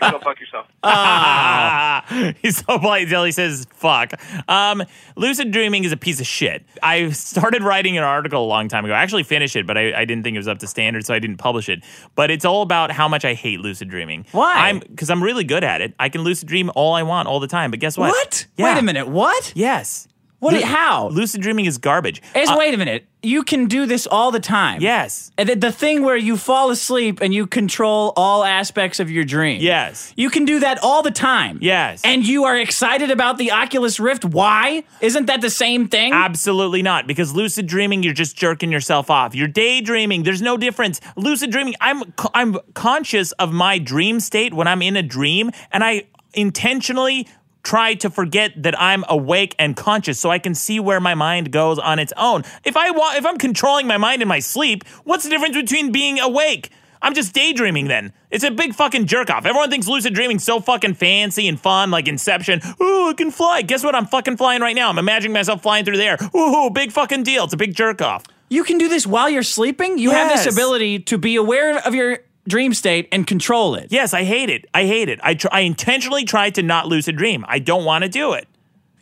S5: go fuck yourself.
S2: (laughs) He's so polite until he says fuck. Um, lucid dreaming is a piece of shit. I started writing an article a long time ago. I actually finished it, but I, I didn't think it was up to standard, so I didn't publish it. But it's all about how much I hate lucid dreaming.
S1: Why?
S2: I'm because I'm really good at it. I can lucid dream all I want all the time. But guess what?
S1: What?
S2: Yeah.
S1: Wait a minute. What?
S2: Yes.
S1: What?
S2: Lu-
S1: how?
S2: Lucid dreaming is garbage.
S1: Is,
S2: Uh,
S1: wait a minute. You can do this all the time.
S2: yes.
S1: And the, the thing where you fall asleep and you control all aspects of your dream.
S2: Yes.
S1: You can do that all the time.
S2: Yes.
S1: And you are excited about the Oculus Rift. Why? Isn't that the same thing?
S2: Absolutely not. Because lucid dreaming, you're just jerking yourself off. You're daydreaming. There's no difference. Lucid dreaming, I'm I'm conscious of my dream state when I'm in a dream, and I intentionally try to forget that I'm awake and conscious so I can see where my mind goes on its own. If I want if I'm controlling my mind in my sleep, what's the difference between being awake? I'm just daydreaming then. It's a big fucking jerk off. Everyone thinks lucid dreaming's so fucking fancy and fun, like Inception. Ooh, I can fly. Guess what? I'm fucking flying right now. I'm imagining myself flying through the air. Ooh, big fucking deal. It's a big jerk off.
S1: You can do this while you're sleeping. You have
S2: Yes.
S1: this ability to be aware of your dream state and control it.
S2: Yes, I hate it. I hate it. I, tr- I intentionally tried to not lucid dream. I don't want to do it.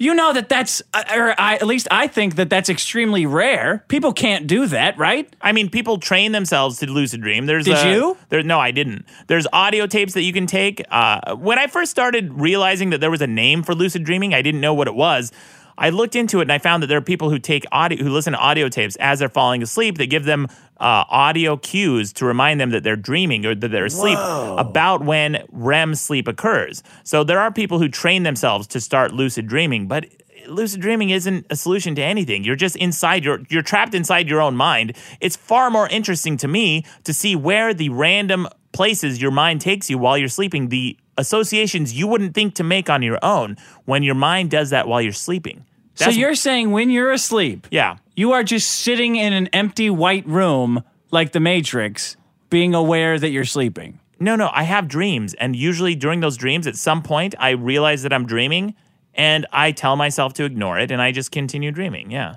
S1: You know that that's, uh, or I, at least I think that that's extremely rare. People can't do that, right?
S2: I mean, people train themselves to lucid dream. There's
S1: Did
S2: uh,
S1: you?
S2: There, no, I didn't. There's audio tapes that you can take. Uh, when I first started realizing that there was a name for lucid dreaming, I didn't know what it was. I looked into it and I found that there are people who take audio, who listen to audio tapes as they're falling asleep. They give them uh, audio cues to remind them that they're dreaming or that they're asleep about when REM sleep occurs. So there are people who train themselves to start lucid dreaming, but lucid dreaming isn't a solution to anything. You're just inside your you're trapped inside your own mind. It's far more interesting to me to see where the random places your mind takes you while you're sleeping, the associations you wouldn't think to make on your own when your mind does that while you're sleeping. That's-
S1: so you're saying when you're asleep,
S2: yeah.
S1: you are just sitting in an empty white room like the Matrix, being aware that you're sleeping.
S2: No, no, I have dreams and usually during those dreams at some point I realize that I'm dreaming and I tell myself to ignore it and I just continue dreaming. Yeah.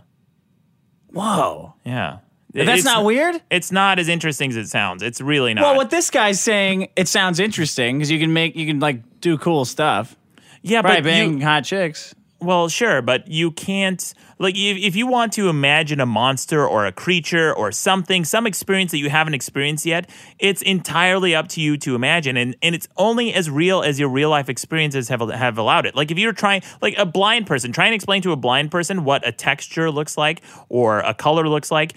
S1: Whoa.
S2: Yeah.
S1: That's
S2: It's-
S1: not weird?
S2: It's not as interesting as it sounds. It's really not.
S1: Well, what this guy's saying, it sounds interesting because you can make, you can like do cool stuff.
S2: yeah,
S1: Right,
S2: but you-
S1: being hot chicks.
S2: Well, sure, but you can't like if, if you want to imagine a monster or a creature or something, some experience that you haven't experienced yet, it's entirely up to you to imagine, and, and it's only as real as your real life experiences have have allowed it. Like if you're trying, like a blind person, try and explain to a blind person what a texture looks like or a color looks like.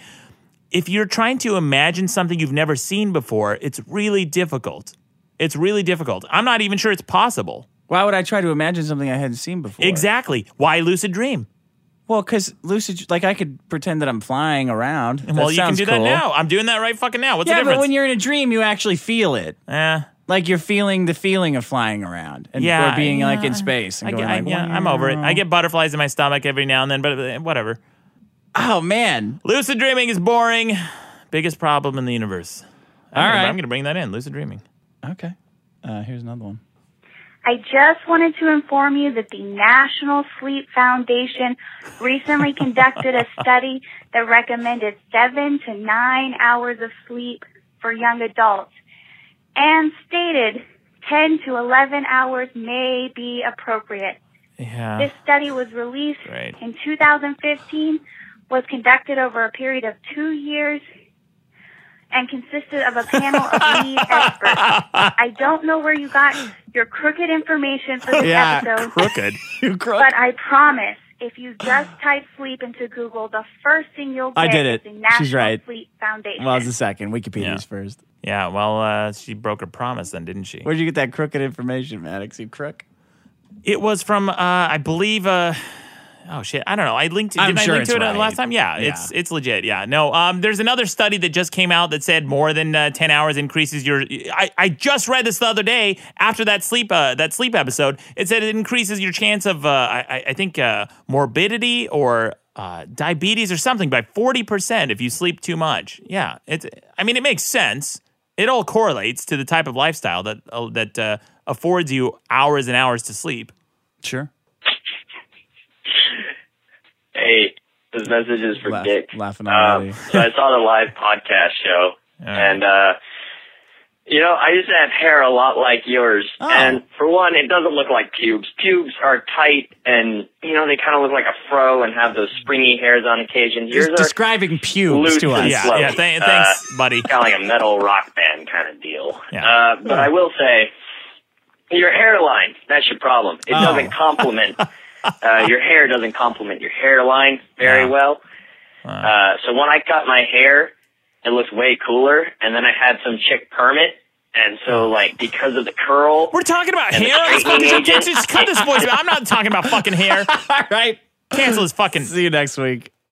S2: If you're trying to imagine something you've never seen before, it's really difficult. It's really difficult. I'm not even sure it's possible.
S1: Why would I try to imagine something I hadn't seen before?
S2: Exactly. Why lucid dream?
S1: Well, because lucid, like I could pretend that I'm flying around. That
S2: well, you can
S1: sounds
S2: do that
S1: cool.
S2: now. I'm doing that right fucking now. What's
S1: Yeah,
S2: the difference?
S1: but when you're in a dream, you actually feel it.
S2: Eh,
S1: Like you're feeling the feeling of flying around and
S2: Yeah,
S1: or being
S2: yeah,
S1: like in space and
S2: I,
S1: going
S2: I,
S1: like,
S2: yeah, I'm over it. I get butterflies in my stomach every now and then, but uh, whatever.
S1: oh man,
S2: Lucid dreaming is boring. Biggest problem in the universe. I'm
S1: All
S2: gonna,
S1: right.
S2: I'm going to bring that in. Lucid dreaming.
S1: okay. Uh, here's another one.
S7: I just wanted to inform you that the National Sleep Foundation recently conducted a study that recommended seven to nine hours of sleep for young adults and stated 10 to 11 hours may be appropriate.
S2: Yeah.
S7: This study was released
S2: Right.
S7: in 2015, was conducted over a period of two years, and consisted of a panel of lead experts. I don't know where you got your crooked information for this
S1: Yeah,
S2: (laughs)
S7: episode,
S2: Crooked.
S1: You crook.
S7: but I promise if you just type sleep into Google, the first thing you'll get
S1: I did it.
S7: is the
S1: She's
S7: National
S1: right.
S7: Sleep Foundation.
S1: Well, it's the second. Wikipedia's
S2: Yeah.
S1: first.
S2: yeah, well, uh, she broke her promise then, didn't she?
S1: Where'd you get that crooked information, Maddox? You crook.
S2: It was from, uh, I believe, uh, oh shit, I don't know. I linked. Did
S1: I'm
S2: I
S1: sure
S2: link to
S1: it's
S2: it uh,
S1: right.
S2: last time? Yeah,
S1: Yeah.
S2: it's it's legit. Yeah, no. Um, there's another study that just came out that said more than uh, ten hours increases your. I, I just read this the other day after that sleep uh, that sleep episode. It said it increases your chance of uh, I, I- I think uh, morbidity or. Uh, diabetes or something by 40% if you sleep too much. Yeah, it's I mean it makes sense it all correlates to the type of lifestyle that uh, that uh, affords you hours and hours to sleep.
S1: Sure.
S8: Hey, this message is for
S1: Laugh-
S8: Dick.
S1: laughing
S8: um,
S6: Uh,
S1: already.
S8: so I saw the live podcast show,
S2: right.
S8: and uh, you know, I used to have hair a lot like yours.
S1: Oh.
S8: And for one, it doesn't look like pubes. Pubes are tight, and you know, they kind of look like a fro and have those springy hairs on occasion. Yours
S1: Just
S8: are
S1: describing pubes to
S8: Lucid
S1: us.
S8: It's
S2: Yeah,
S8: slow.
S2: yeah. Th-
S8: Uh, (laughs)
S2: thanks, buddy.
S8: kind of like a metal rock band kind of deal.
S2: Yeah.
S8: Uh, but I will say, your hairline, that's your problem. It
S1: Oh.
S8: doesn't complement, uh, your hair doesn't complement your hairline very
S2: Yeah.
S8: well.
S2: Wow.
S8: Uh, so when I cut my hair, it looked way cooler, and then I had some chick perm it, and so like because of the curl,
S2: Oh. We're talking about
S8: and
S2: hair.
S8: the
S2: on this fucking show.
S8: straightening (laughs)
S2: Just cut this voice. out. I'm not talking about fucking hair.
S1: All right.
S2: Cancel this fucking.
S1: See you next week.